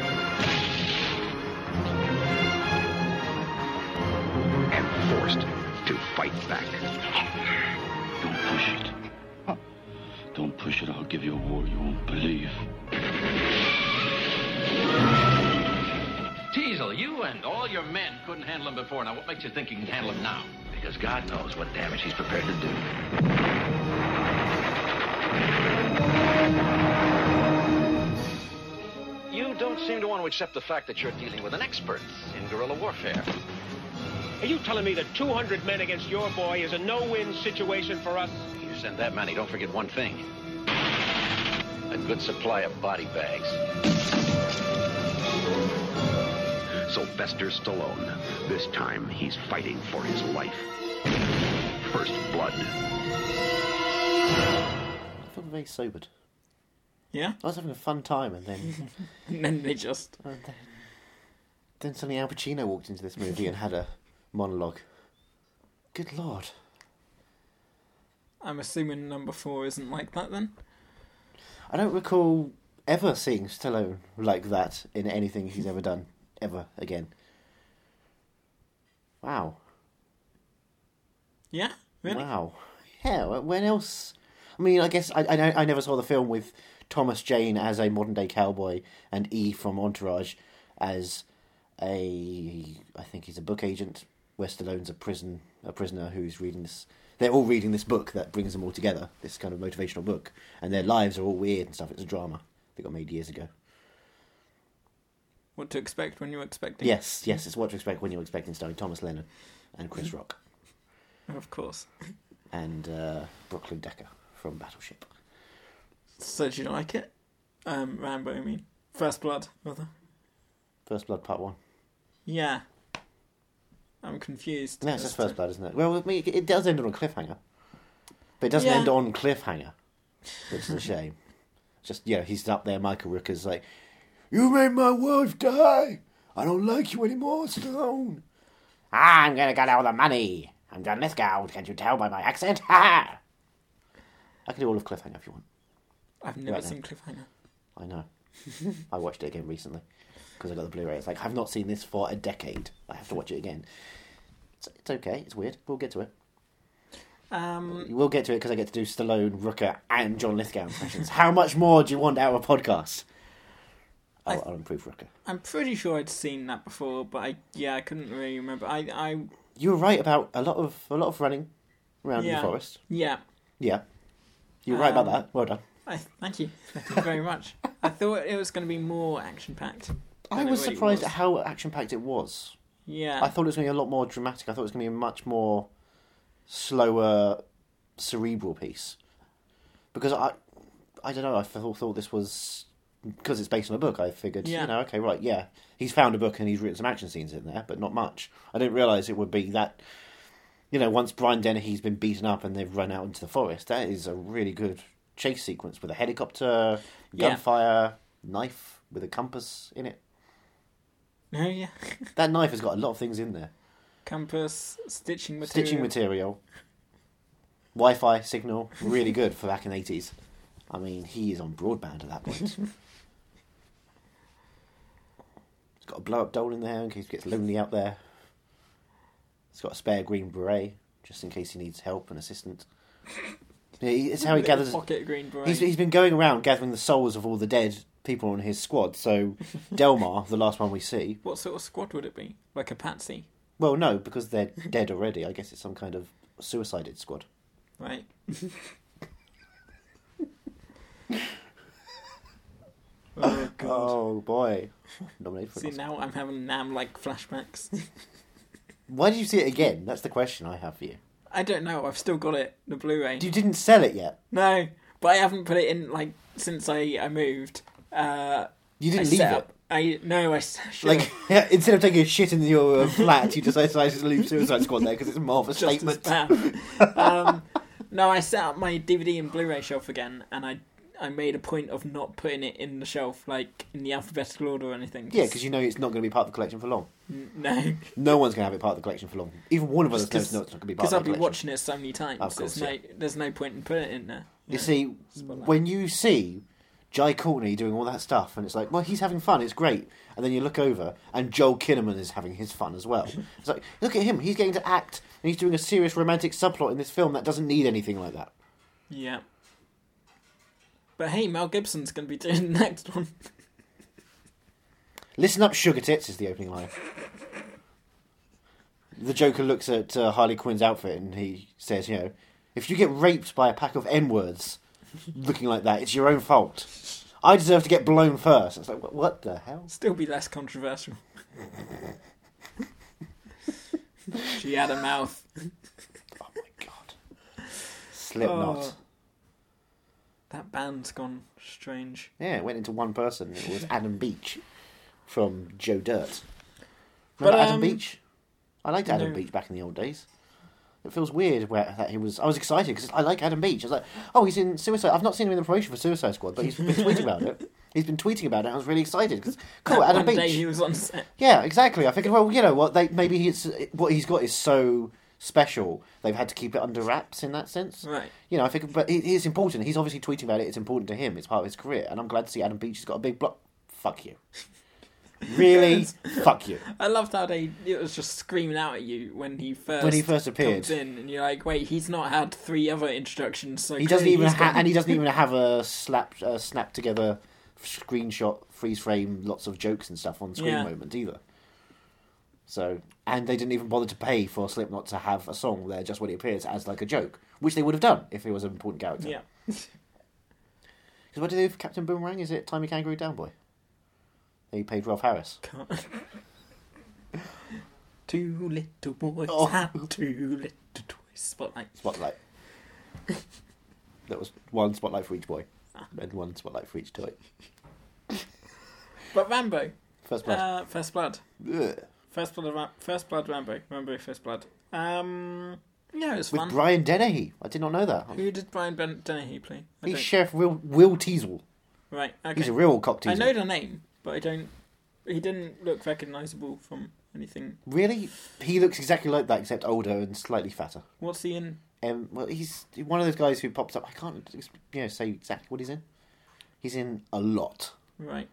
and forced to fight back.
Don't push it. Don't push it. I'll give you a war you won't believe.
Teasel, you and all your men couldn't handle him before. Now, what makes you think you can handle him now?
because God knows what damage he's prepared to do. You don't seem to want to accept the fact that you're dealing with an expert in guerrilla warfare.
Are you telling me that 200 men against your boy is a no-win situation for us?
You send that many, don't forget one thing. A good supply of body bags. Sylvester Stallone. This time he's fighting for his life. First blood.
I feel very sobered.
Yeah?
I was having a fun time, and then
And then they just.
then suddenly Al Pacino walked into this movie and had a monologue. Good lord.
I'm assuming number four isn't like that then?
I don't recall ever seeing Stallone like that in anything he's ever done, ever again. Wow.
Yeah? Really?
Wow. Yeah, wh- when else? I mean, I guess I, I, know- I never saw the film with Thomas Jane as a modern day cowboy and E from Entourage as a. I think he's a book agent. Where Stallone's a prison a prisoner who's reading this. They're all reading this book that brings them all together. This kind of motivational book, and their lives are all weird and stuff. It's a drama that got made years ago.
What to expect when you're expecting?
Yes, yes, it's what to expect when you're expecting starring Thomas Lennon and Chris Rock
Of course.
and uh, Brooklyn Decker from Battleship.
So, do you like it? Um, Rambo, I mean. First Blood, rather.
First Blood Part One.
Yeah. I'm confused.
No, it's
as
just
to-
First Blood, isn't it? Well, I mean, it it does end on a cliffhanger, but it doesn't
Yeah.
end on cliffhanger, which is a shame. Just you know, he's up there. Michael Rooker's like, "You made my wife die. I don't like you anymore, Stone. "Ah, I'm gonna get all the money. I'm John Lithgow. Can't you tell by my accent? Ha! I can do all of cliffhanger if you want.
I've never
Right then.
seen Cliffhanger.
I know. I watched it again recently because I got the Blu-ray. It's like I've not seen this for a decade. I have to watch it again. It's, it's okay. It's weird. We'll get to it.
Um,
We'll get to it because I get to do Stallone, Rooker, and John Lithgow impressions. How much more do you want out of a podcast? I'll, I'll improve Rooker.
I'm pretty sure I'd seen that before, but I yeah, I couldn't really remember. I I
You were right about a lot of a lot of running around in
yeah
the forest.
yeah.
Yeah, you were right
Um,
about that. Well done.
I thank you, thank you very much. I thought it was going to be more action packed.
I was surprised at how action packed it was.
Yeah,
I thought it was going to be a lot more dramatic. I thought it was going to be a much more slower, cerebral piece. Because I, I don't know. I thought, thought this was because it's based on a book. I figured,
Yeah.
you know, okay, right, yeah, he's found a book and he's written some action scenes in there, but not much. I didn't realize it would be that. You know, once Brian Dennehy's been beaten up and they've run out into the forest, that is a really good chase sequence with a helicopter,
Yeah.
gunfire, knife with a compass in it.
no, yeah.
That knife has got a lot of things in there.
Campus stitching material.
Stitching material. Wi-Fi signal, really good for back in the eighties. I mean, he is on broadband at that point. He's got a blow-up doll in there in case he gets lonely out there. He's got a spare green beret just in case he needs help and assistance. Yeah, he- it's how he
Little
gathers.
pocket green beret.
He's, he's been going around gathering the souls of all the dead people on his squad. So Delmar, the last one we see,
What sort of squad would it be? Like a patsy,
well, no, because they're dead already. I guess it's some kind of suicided squad.
right? oh god.
Oh boy! Nominated for an
See
Oscar.
now I'm having Nam like flashbacks.
Why did you see it again? That's the question I have for you.
I don't know. I've still got it, the Blu-ray.
You didn't sell it yet.
No, but I haven't put it in like since I I moved. Uh,
You
I
didn't leave
set
it.
up. I no, I s- sure.
Like instead of taking a shit in your uh, flat, you decided to leave Suicide Squad there because it's more of a
just as
statement.
bad. um, no, I set up my DVD and Blu-ray shelf again, and I I made a point of not putting it in the shelf like in the alphabetical order or anything.
Yeah, because you know it's not going to be part of the collection for long.
no,
No one's going to have it part of the collection for long. Even Warner Brothers knows
because
no, it's not going to be part
because
of the
I'll be
collection.
watching it so many times.
Of course,
there's no there's no point in putting it in there.
You see, when you see Jai Courtney doing all that stuff, and it's like, well, he's having fun, it's great. And then you look over, and Joel Kinnaman is having his fun as well. It's like, look at him, he's getting to act, and he's doing a serious romantic subplot in this film that doesn't need anything like that.
Yeah. But hey, Mel Gibson's going to be doing the next one.
Listen up, Sugar Tits is the opening line. the Joker looks at uh, Harley Quinn's outfit and he says, you know, if you get raped by a pack of N words looking like that, it's your own fault. I deserve to get blown first. It's like, "Wha- what the hell?
Still be less controversial. she had a mouth.
Oh my god. Slipknot.
Oh. That band's gone strange.
Yeah, it went into one person. It was Adam Beach from Joe Dirt.
But,
Remember Adam
um,
Beach? I liked Adam
no.
Beach back in the old days. It feels weird where that he was. I was excited because I like Adam Beach. I was like, oh, he's in Suicide. I've not seen him in the promotion for Suicide Squad, but he's been tweeting about it. He's been tweeting about it. and I was really excited because cool,
That
Adam
One
Oh, Beach.
day he was on set.
Yeah, exactly. I figured, well, you know what? They maybe he's what he's got is so special. They've had to keep it under wraps in that sense.
Right.
You know, I think, but it is important. He's obviously tweeting about it. It's important to him. It's part of his career, and I'm glad to see Adam Beach has got a big block. Fuck you. Really? Fuck you.
I loved how they it was just screaming out at you when he first
When he first appeared.
comes in, and you're like, wait, he's not had three other introductions. So
He doesn't
clearly
even
he's
ha-
got-
and he doesn't even have a slap, uh, snap together screenshot, freeze frame, lots of jokes and stuff on screen
Yeah.
moment either. So, and they didn't even bother to pay for Slipknot to have a song there just when he appears as like a joke, which they would have done if he was an important character.
Yeah,
Because what do they do for Captain Boomerang? Is it Timey Kangaroo Down Boy? They paid Ralph Harris.
two little boys
Oh.
had two little toys. Spotlight.
Spotlight. that was one spotlight for each boy, and one spotlight for each toy.
But Rambo,
First blood.
uh, first blood.
Ugh.
First Blood, Ram- First Blood Rambo, Rambo First Blood. Um, yeah, it was
With
fun.
Brian Dennehy. I did not know that.
Who did Brian ben- Dennehy play? I
He's
don't-
Sheriff Will, Will Teasel.
right. Okay.
He's a real cock
I
teaser.
know the name, but I don't. He didn't look recognisable from anything.
Really? He looks exactly like that, except older and slightly fatter.
What's he in?
Um, well, he's one of those guys who pops up. I can't you know, say exactly what he's in. He's in a lot.
Right.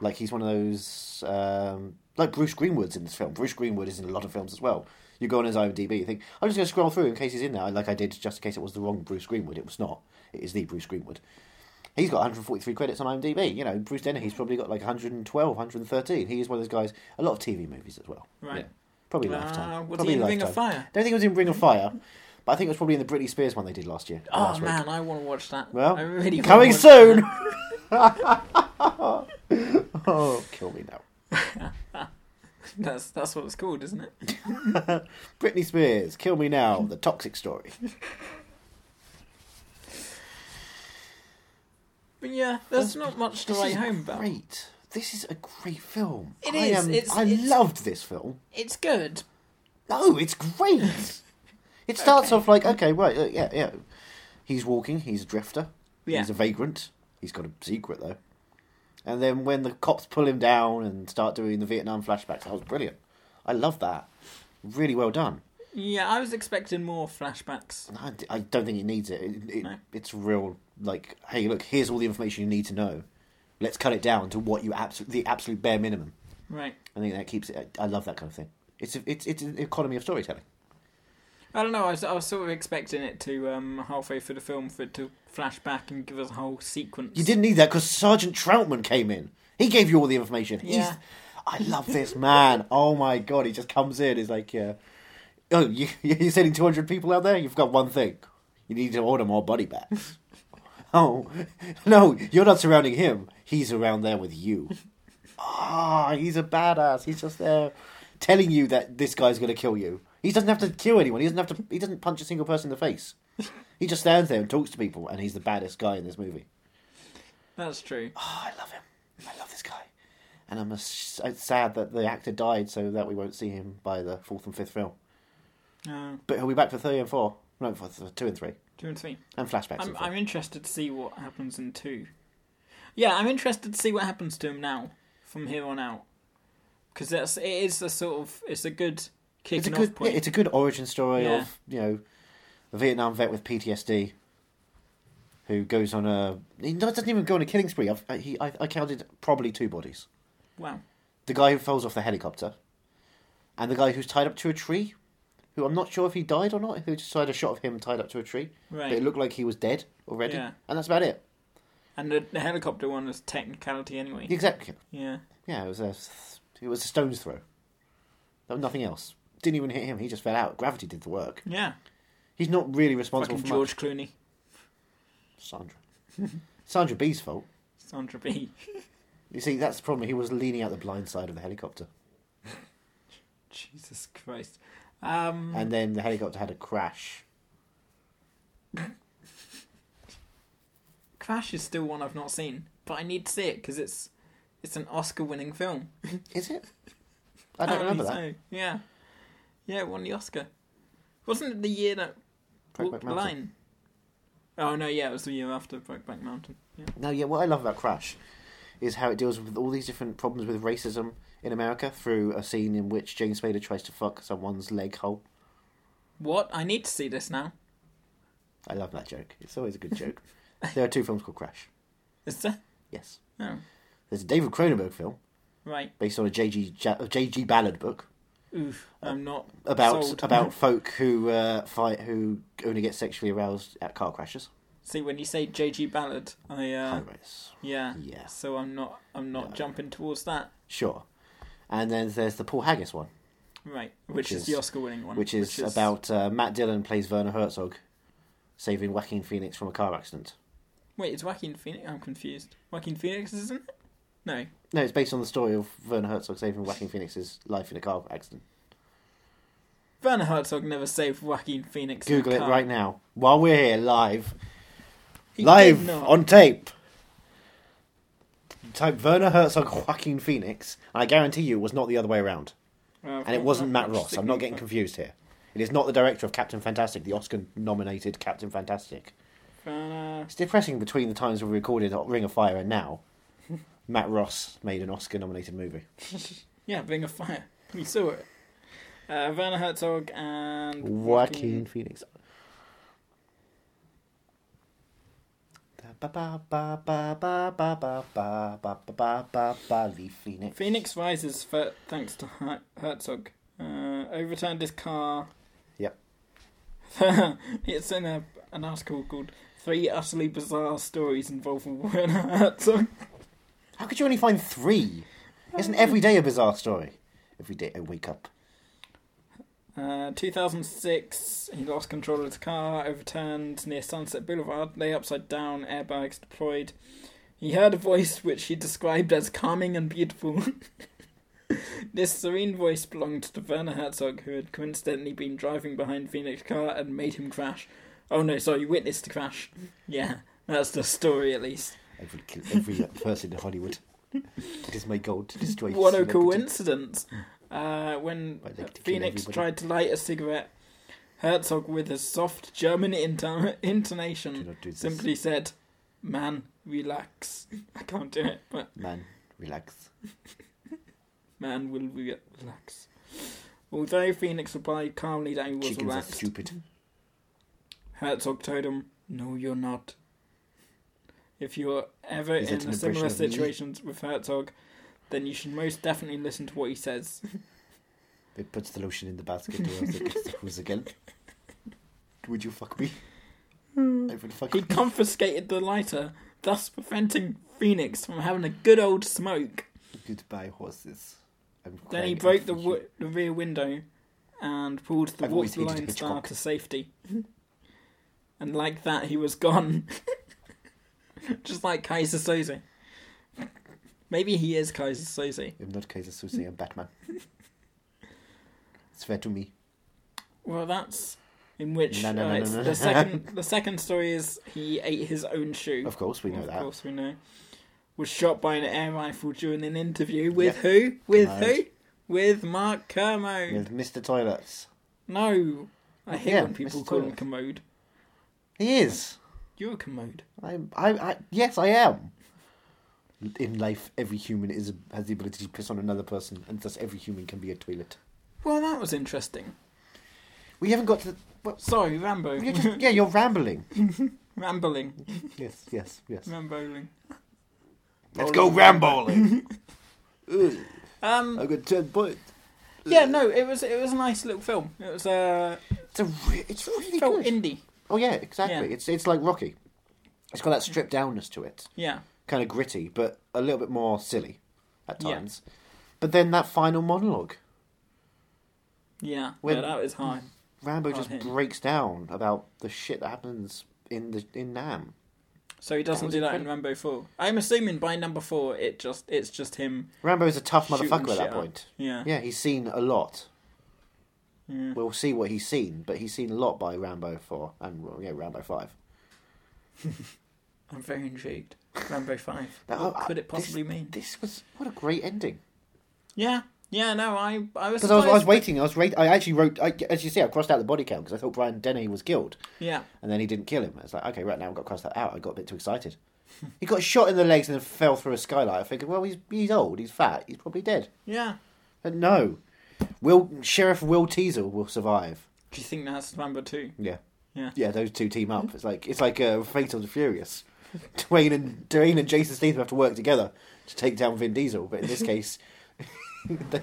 Like he's one of those, um, like Bruce Greenwood's in this film. Bruce Greenwood is in a lot of films as well. You go on his IMDb, you think I'm just going to scroll through in case he's in there, like I did, just in case it was the wrong Bruce Greenwood. It was not. It is the Bruce Greenwood. He's got 143 credits on IMDb. You know, Bruce Dennehy's probably got like 112, 113. He is one of those guys. A lot of TV movies as well.
Right.
Probably
Ah,
Lifetime.
was
probably
he in
lifetime.
Ring of Fire?
Don't think it was in Ring of Fire, but I think it was probably in the Britney Spears one they did last year. or
Oh
last week.
man, I want to watch that.
Well,
I really wanna
coming
watch
soon. oh, kill me now.
That's that's what it's called, isn't it?
Britney Spears, Kill Me Now, The Toxic Story.
But yeah, there's not much to
This
write
is
home about.
Great. This is a great film.
It
I
is,
Am,
it's-
I
it's-
loved this film.
It's good.
No, it's great. it starts off like, okay, right, uh, yeah, yeah. He's walking, he's a drifter,
Yeah.
he's a vagrant. He's got a secret, though. And then when the cops pull him down and start doing the Vietnam flashbacks, that was brilliant. I love that. Really well done.
Yeah, I was expecting more flashbacks.
I, d- I don't think it needs it. it, it
No.
It's real, like, hey, look, here's all the information you need to know. Let's cut it down to what you absolute the absolute bare minimum.
Right.
I think that keeps it. I, I love that kind of thing. It's a, it's it's an economy of storytelling.
I don't know. I was, I was sort of expecting it to um, halfway through the film for it to flash back and give us a whole sequence.
You didn't need that because Sergeant Troutman came in. He gave you all the information. He's,
Yeah.
I love this man. oh my god, he just comes in. He's like, yeah. Oh, you, you're sending 200 people out there? You've got one thing. You need to order more body bags. oh, no, you're not surrounding him. He's around there with you. Ah, he's a badass. He's just there telling you that this guy's going to kill you. He doesn't have to kill anyone. He doesn't have to. He doesn't punch a single person in the face. He just stands there and talks to people, and he's the baddest guy in this movie.
That's true.
Oh, I love him. I love this guy. And I'm, s it's sad that the actor died so that we won't see him by the fourth and fifth film.
Uh,
But he'll be back for three and four. No, for th- two and three.
two and three.
And flashbacks.
I'm,
and four.
I'm interested to see what happens in two. Yeah, I'm interested to see what happens to him now, from here on out, because that's it is a sort of it's a good
it's, a
kicking off
good, yeah,
point.
it's a good origin story
Yeah.
of, you know, the Vietnam vet with PTSD who goes on a. He doesn't even go on a killing spree. I've, I- he, I, I counted probably two bodies
Wow.
the guy who falls off the helicopter, and the guy who's tied up to a tree, who I'm not sure if he died or not. Who just had a shot of him tied up to a tree,
Right.
but it looked like he was dead already,
Yeah.
and that's about it.
And the, the helicopter one was technicality anyway.
Exactly.
Yeah.
Yeah, it was a it was a stone's throw. There was nothing else. didn't even hit him. He just fell out. Gravity did the work.
Yeah.
He's not really responsible
Fucking
for
George Clooney.
much. Sandra. Sandra B's fault.
Sandra B.
You see, that's the problem. He was leaning out the blind side of the helicopter,
Jesus Christ. Um,
and then the helicopter had a crash.
Crash is still one I've not seen, but I need to see it because it's it's an Oscar-winning film.
Is it? I don't remember that.
Apparently so, Yeah, yeah, it won the Oscar. Wasn't it the year that
Brokeback
Walked the
Mountain.
Line? Oh no, yeah, it was the year after Brokeback Mountain. Yeah.
No, yeah, what I love about Crash is how it deals with all these different problems with racism in America through a scene in which James Spader tries to fuck someone's leg hole.
What? I need to see this now.
I love that joke. It's always a good joke. there are two films called Crash.
Is there?
Yes.
Oh,
There's a David Cronenberg film
right.
based on a J.G. Ja- a J.G. Ballard book
Oof, I'm not
about
sold.
about folk who uh, fight who only get sexually aroused at car crashes.
See, when you say J.G. Ballard, I uh,
Highways.
yeah,
Yeah.
So I'm not, I'm not jumping towards that.
Sure. And then there's the Paul Haggis one,
Right, which, is,
is-
the Oscar-winning one,
which is, about uh, Matt Dillon plays Werner Herzog saving Joaquin Phoenix from a car accident.
Wait, it's Joaquin Phoenix. I'm confused. Joaquin Phoenix isn't it? No.
No, it's based on the story of Werner Herzog saving Joaquin Phoenix's life in a car accident.
Werner Herzog never saved Joaquin Phoenix. in a
Google it
car.
right now while we're here live,
He did
live
not.
on tape. Type Werner Herzog Joaquin Phoenix, and I guarantee you it was not the other way around.
Oh, I've
And it
got-
wasn't
I've
Matt
got
Ross.
sick
I'm not
of
getting
that.
confused here. It is not the director of Captain Fantastic, the Oscar-nominated Captain Fantastic.
Werner-
It's depressing between the times we recorded Ring of Fire and now, Matt Ross made an Oscar-nominated movie.
yeah, Ring of Fire. We saw it. Uh, Werner Herzog and
Joaquin Phoenix. Ba ba ba ba ba ba ba ba ba ba ba ba ba Lee Phoenix.
Phoenix rises for, thanks to Her- Herzog. Uh, overturned his car.
Yep.
it's in a, an article called Three Utterly Bizarre Stories Involving Werner Herzog.
How could you only find three? Isn't every day a bizarre story? Every day I wake up.
Uh, 2006, he lost control of his car, overturned near Sunset Boulevard, lay upside down, airbags deployed. He heard a voice which he described as calming and beautiful. this serene voice belonged to Werner Herzog, who had coincidentally been driving behind Phoenix's car and made him crash. Oh no, sorry, witnessed the crash. Yeah, that's the story at least.
I would kill every person in Hollywood. It is my goal to destroy.
What a
celebrity.
coincidence!
Hmm.
Uh, when
I'd like to kill
Phoenix
everybody.
tried to light a cigarette, Herzog, with his soft German inton-
Do
intonation,
not do this.
simply said, "Man, relax." I can't do it, but
Man, relax.
man will re- relax. Although Phoenix replied calmly that he was
Chickens are
relaxed,
stupid.
Herzog told him, "No, you're not. If you're ever
Is that
in
an
a similar
impression of me?
situation with Herzog, then you should most definitely listen to what he says."
It puts the lotion in the basket or else it gets the hose again. Would you fuck me? I would fuck
He
you.
confiscated the lighter, thus preventing Phoenix from having a good old smoke.
Goodbye, horses. I'm
Then he
crying
broke the,
for
w-
you.
the rear window and pulled the
I've always
water
hated
line star
Hitchcock.
to safety. and like that, he was gone. Just like Kaiser Soze. Maybe he is Kaiser Soze.
I'm not Kaiser Soze, I'm Batman. it's fair to me.
Well, that's in which
No, no,
uh,
no, no,
it's
no.
the second the second story is he ate his own shoe.
Of course, we know
of
that.
course, we know. Was shot by an air rifle during an interview with
Yeah.
who? With
Kermode.
who? With Mark Kermode.
With Mr. Toilets.
No, I hate
Yeah,
when people
Mr.
call him
Toilet.
commode.
He is.
You're a commode.
I'm, I, I, yes, I am. In life, every human is has the ability to piss on another person, and thus every human can be a toilet.
Well, that was interesting.
We haven't got to. The, well,
Sorry, Rambo.
you're just, yeah, you're rambling.
Rambling,
Yes, yes, yes.
Ramboling.
Let's go ramboling.
Um,
I got ten points.
yeah, no, it was it was a nice little film. It was uh,
It's a re- it's really
felt
good.
indie.
oh yeah, exactly.
Yeah.
It's it's like Rocky. It's got that stripped downness to it,
Yeah,
kind of gritty, but a little bit more silly at
Yeah.
times. But then that final monologue
Yeah,
When- Mm.
yeah, that was high.
Rambo just
Okay.
breaks down about the shit that happens in the in Nam.
So he doesn't do that in Rambo four. I'm assuming by number four, it just it's just him.
Rambo is a tough
Shooting
motherfucker at
shit
that
up.
point.
Yeah.
Yeah, he's seen a lot. We'll see what he's seen, but he's seen a lot by Rambo four and well, yeah, Rambo five.
I'm very intrigued. Rambo five.
That-
what
Oh, I-
could it
this-
possibly mean?
This was what a great ending.
Yeah, yeah. No, I I was
Because I was, I was
surprised-
waiting, I was rate, I actually wrote, I, as you see, I crossed out the body count because I thought Brian Denny was killed,
Yeah,
and then he didn't kill him. I was like, okay, right now I've got to cross that out. I got a bit too excited. he got shot in the legs and then fell through a skylight. I figured, well, he's he's old, he's fat, he's probably dead.
yeah.
But no, Will Sheriff Will Teasel will survive.
Do you think that's Rambo two?
Yeah,
Yeah.
yeah. Those two team up. It's like it's like uh, Fate of the Furious. Dwayne and Dwayne and Jason Statham have to work together to take down Vin Diesel, but in this case,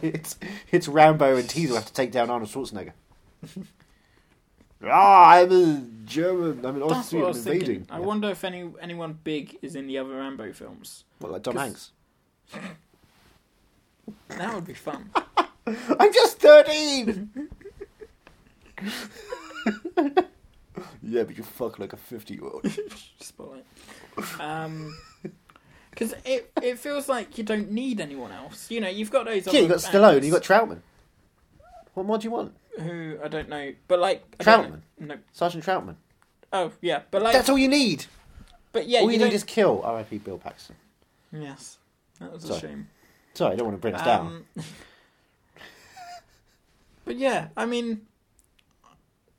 it's it's Rambo and Diesel have to take down Arnold Schwarzenegger. ah, I'm a German. I'm an
That's
Austrian
what I was
invading.
thinking. I
Yeah.
wonder if any anyone big is in the other Rambo films.
What, like Tom
'cause-
Hanks?
That would be fun.
I'm just thirteen. yeah, but you fuck like a fifty-year-old.
Spotlight. Um 'cause because it it feels like you don't need anyone else. You know, you've got those.
Yeah,
other
you got
acts
Stallone, you got Troutman. What more do you want?
who I don't know, but like I don't
Troutman.
know. No.
Sergeant Troutman.
Oh yeah, but like
That's all you need.
but yeah,
all
you
you,
don't.
need is kill. R.I.P. Bill Paxton.
Yes, that was a
Sorry.
shame.
Sorry, I don't want to bring us down.
Um, but yeah, I mean,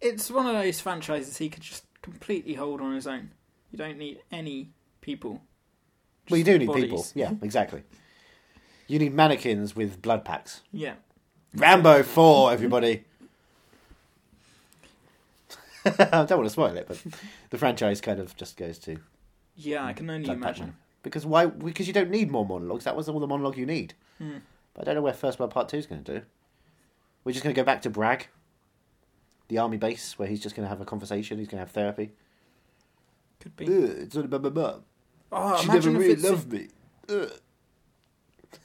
it's one of those franchises he could just completely hold on his own. You don't need any people.
Well, you do need
bodies.
people. Yeah, exactly. You need mannequins with blood packs.
Yeah.
Rambo Four, everybody. I don't want to spoil it, but the franchise kind of just goes to
Yeah, I can only
Blood Pack
imagine.
Man. because why? Because you don't need more monologues. That was all the monologue you need.
Hmm.
But I don't know where First Blood Part Two is going to do. We're just going to go back to Bragg, the army base, where he's just going to have a conversation. He's going to have therapy.
Could be.
Ugh, it's all about my mum.
Oh,
She never
imagine,
really
if it's
loved me. Ugh,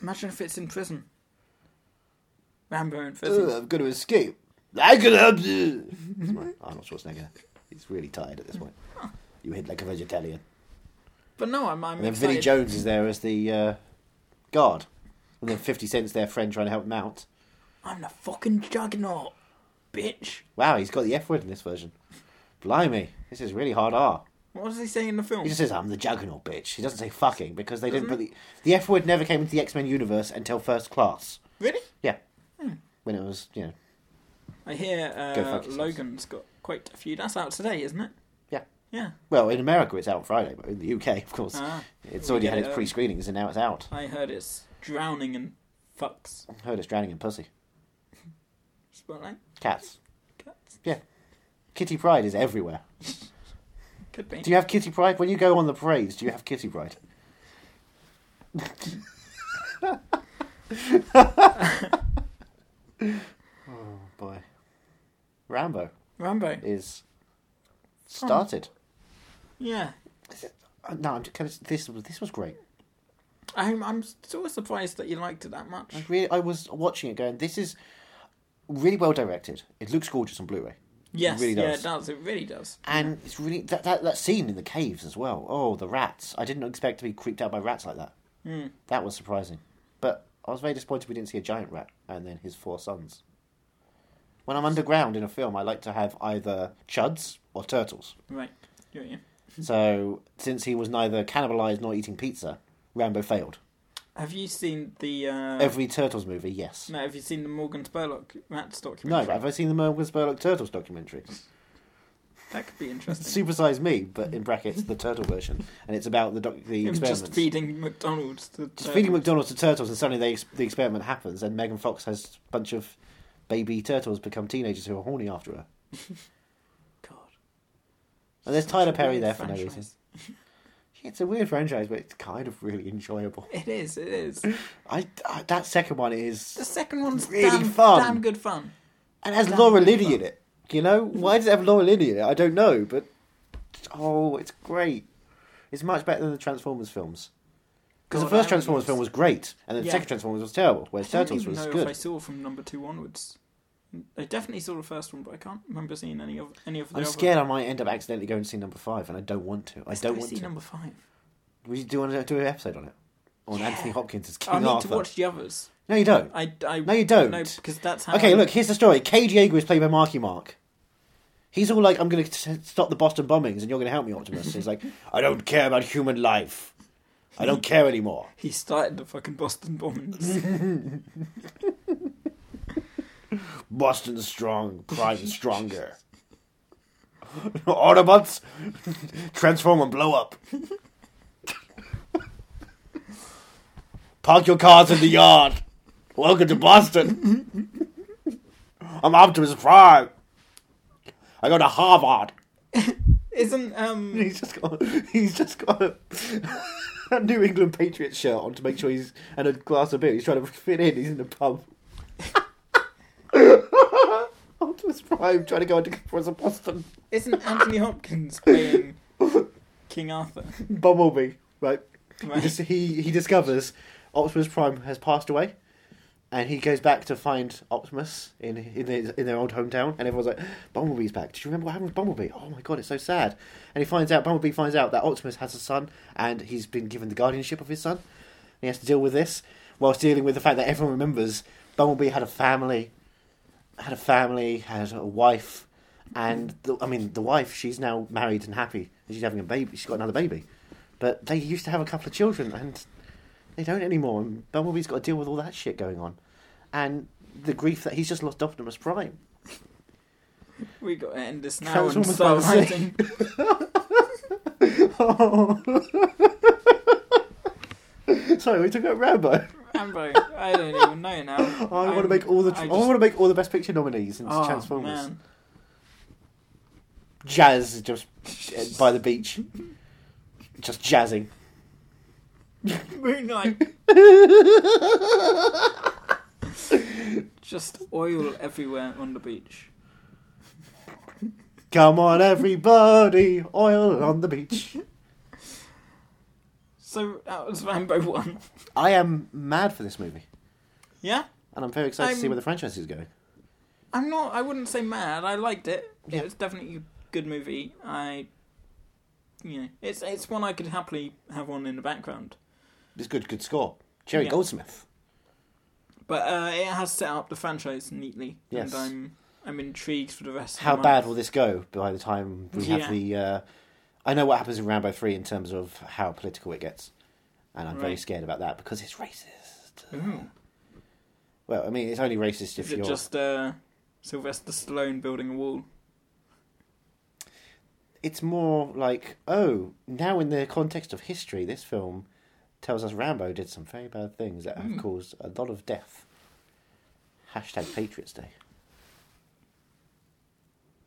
imagine if it's in prison. Rambo in prison.
ugh, I'm going to escape. I can help you. That's my Arnold Schwarzenegger. He's really tired at this point. You hit like a vegetarian.
But no, I'm, I'm
And then
excited.
Vinnie Jones is there as the uh, guard. And then 50 Cent's their friend trying to help him out.
I'm the fucking juggernaut, bitch.
Wow, he's got the F word in this version. Blimey, this is really hard R.
What does he say in the film?
He just says, I'm the juggernaut, bitch. He doesn't say fucking because they didn't put the. The F word never came into the X Men universe until First Class.
Really?
Yeah. When it was, you know.
I hear
Go
uh,
fuck yourselves.
Logan's got quite a few. That's out today, isn't it?
Yeah.
Yeah.
Well, in America it's out on Friday, but in the UK, of course,
Ah.
it's
We
already
get
had
it
its
early.
pre screenings and now it's out.
I heard it's drowning in fucks.
heard it's drowning in pussy.
Spotlight?
Cats.
Cats?
Yeah. Kitty Pride is everywhere.
Could be.
Do you have Kitty Pride? When you go on the parades, do you have Kitty Pride? oh boy. Rambo
Rambo.
is started.
Yeah.
Uh, No, I'm just, this was this was great.
I'm, I'm sort of surprised that you liked it that much.
I really I was watching it going this is really well directed. It looks gorgeous on Blu-ray.
Yes,
really
yeah,
does.
it does. It really does.
And it's really that, that that scene in the caves as well. Oh, the rats! I didn't expect to be creeped out by rats like that.
Hmm.
Mm. That was surprising, but I was very disappointed we didn't see a giant rat and then his four sons. When I'm underground in a film, I like to have either chuds or turtles.
Right. Yeah, yeah.
So since he was neither cannibalized nor eating pizza, Rambo failed.
Have you seen the. Uh,
Every Turtles movie, yes.
no, have you seen the Morgan Spurlock Rats
No,
documentary?
but have I seen the Merwin Spurlock Turtles documentary?
That could be interesting.
Supersize Me, but in brackets the turtle version, and it's about the doc- the
Him
experiments.
just feeding McDonald's. To
Just feeding McDonald's to turtles, and suddenly they, the experiment happens, and Megan Fox has a bunch of baby turtles become teenagers who are horny after her.
God.
And there's Tyler Perry there for no
Franchise.
reason. It's a weird franchise, but it's kind of really enjoyable.
It is, it is.
I, I- that second one
The
is,
second one's
Really
damn,
fun.
damn good fun.
and it has Laura Linney in it. You know why does it have Laura Linney in it? I don't know, but oh, it's great. It's much better than the Transformers films. Because the
God,
first
I
Transformers
was-
film was great, and the
Yeah.
second Transformers was terrible, whereas
I don't
Turtles
even
was
know
good.
if I saw from number two onwards. I definitely saw the first one, but I can't remember seeing any of any of the
I'm
other.
scared I might end up accidentally going to see number five, and I don't want to. I don't
I
want
see
to.
number five.
We do want to do an episode on it. On Anthony Hopkins as King
I need
Arthur.
to watch the others.
No, you don't.
I, um, I
No, you don't.
No, because that's how.
Okay,
I-
look, here's the story. Cage Yeager is played by Marky Mark. He's all like, I'm going to stop the Boston bombings and you're going to help me, Optimus. He's like, I don't care about human life. I don't care anymore.
He started the fucking Boston bombings.
Boston's strong, pride is stronger. Autobots, transform and blow up. Park your cars in the yard. Welcome to Boston. I'm Optimus Prime. I go to Harvard.
Isn't um?
He's just got he's just got a, a New England Patriots shirt on to make sure he's and a glass of beer. He's trying to fit in. He's in the pub. Optimus Prime trying to go into Professor Boston
Isn't Anthony Hopkins playing King Arthur?
Bumblebee. Right. He,
Right.
dis- he he discovers Optimus Prime has passed away, and he goes back to find Optimus in in their, in their old hometown. And everyone's like, "Bumblebee's back! Did you remember what happened with Bumblebee? Oh my god, it's so sad." And he finds out Bumblebee finds out that Optimus has a son, and he's been given the guardianship of his son. And he has to deal with this whilst dealing with the fact that everyone remembers Bumblebee had a family, had a family, had a wife. And the, I mean, the wife, she's now married and happy. and She's having a baby. She's got another baby but they used to have a couple of children and they don't anymore. And Bumblebee's got to deal with all that shit going on, and the grief that he's just lost Optimus Prime.
We got to end this now and
Transformers
start
by the sea.
writing.
Sorry, we took out Rambo.
Rambo. I don't even know now.
I want to make all the I,
I
want to make all the best picture nominees in
just- oh,
Transformers.
man.
Jazz is just by the beach, just jazzing.
Moonlight. Just oil everywhere on the beach.
Come on, everybody, oil on the beach.
So that was Rambo one.
I am mad for this movie,
Yeah,
and I'm very excited to see
I'm-
where the franchise is going.
I'm not. I wouldn't say mad. I liked it.
Yeah.
It was definitely a good movie. I, you know, it's it's one I could happily have on in the background.
It's good, good score. Jerry
Yeah.
Goldsmith.
But uh, it has set up the franchise neatly,
Yes.
and I'm I'm intrigued for the rest.
How
of the
bad
month.
will this go by the time we
Yeah.
have the? Uh, I know what happens in Rambo three in terms of how political it gets, and I'm very
Right.
scared about that because it's racist.
Ooh.
Well, I mean, it's only racist if
Is it
you're.
just uh, Sylvester Stallone building a wall?
It's more like oh, now in the context of history, this film tells us Rambo did some very bad things that
Hmm.
have caused a lot of death. Hashtag Patriots Day.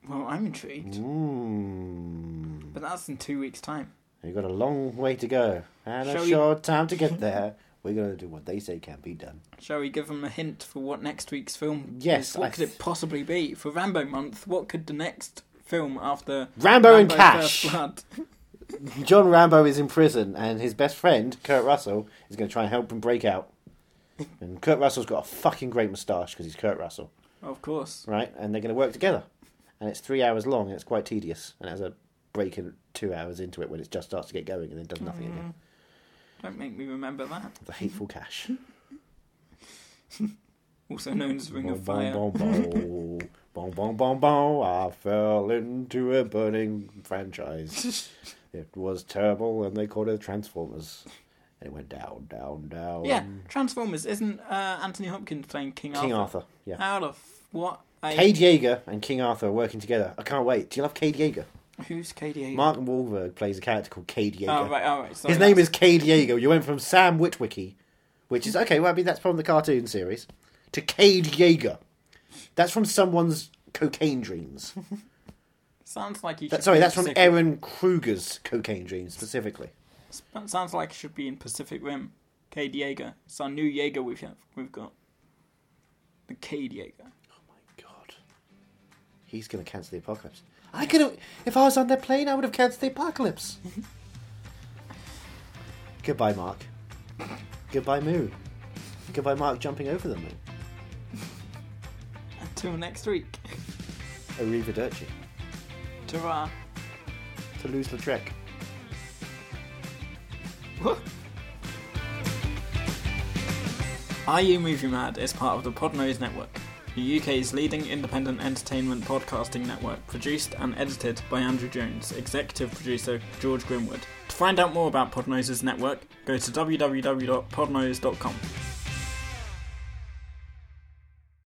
Well, I'm intrigued.
Mm.
But that's in two weeks' time.
We've got a long way to go and
Shall
a
we-
short time to get there. We're going to do what they say can be done.
Shall we give them a hint for what next week's film?
Yes,
is? What
I
could
th-
it possibly be for Rambo month? What could the next film after
Rambo and Cash.
First Blood?
John Rambo is in prison, and his best friend, Kurt Russell, is going to try and help him break out. And Kurt Russell's got a fucking great moustache because he's Kurt Russell,
Of course.
right? And they're going to work together. And it's three hours long, and it's quite tedious. And it has a break in two hours into it when it just starts to get going and then does nothing again.
Hmm. Don't make me remember that.
The hateful cash.
Also known as Ring of
Bon,
Fire.
bon, bon, bon. Bon, bon, bon, bon. I fell into a burning franchise. it was terrible, and they called it Transformers. And it went down, down, down.
Yeah, Transformers. Isn't uh, Anthony Hopkins playing King,
King Arthur. Yeah.
How the f- what? I-
Cade Yeager and King Arthur are working together. I can't wait. Do you love Cade Yeager?
Who's KDA?
Mark Wahlberg plays a character called Cade Yeager.
Oh right, all right. Sorry,
His name
that's-
is Cade Yeager. You went from Sam Witwicky, which is okay. Well, I mean that's from the cartoon series, to Cade Yeager. That's from someone's cocaine dreams.
Sounds like he.
That,
should
sorry,
be
that's from
Pacific-
Aaron Kruger's cocaine dreams specifically.
That sounds like it should be in Pacific Rim. Cade Yeager. It's our new Jaeger we've have, we've got. The Cade Yeager.
God, he's gonna cancel the apocalypse. I could have, if I was on that plane, I would have cancelled the apocalypse. Goodbye, Mark. Goodbye, Moon. Goodbye, Mark jumping over the moon.
Till next week.
Arrivederci.
Ta-ra.
Toulouse-Lautrec.
Are You Movie Mad is part of the Podnose Network, the UK's leading independent entertainment podcasting network, produced and edited by Andrew Jones, executive producer George Grimwood. To find out more about Podnose's network, go to www.podnose.com.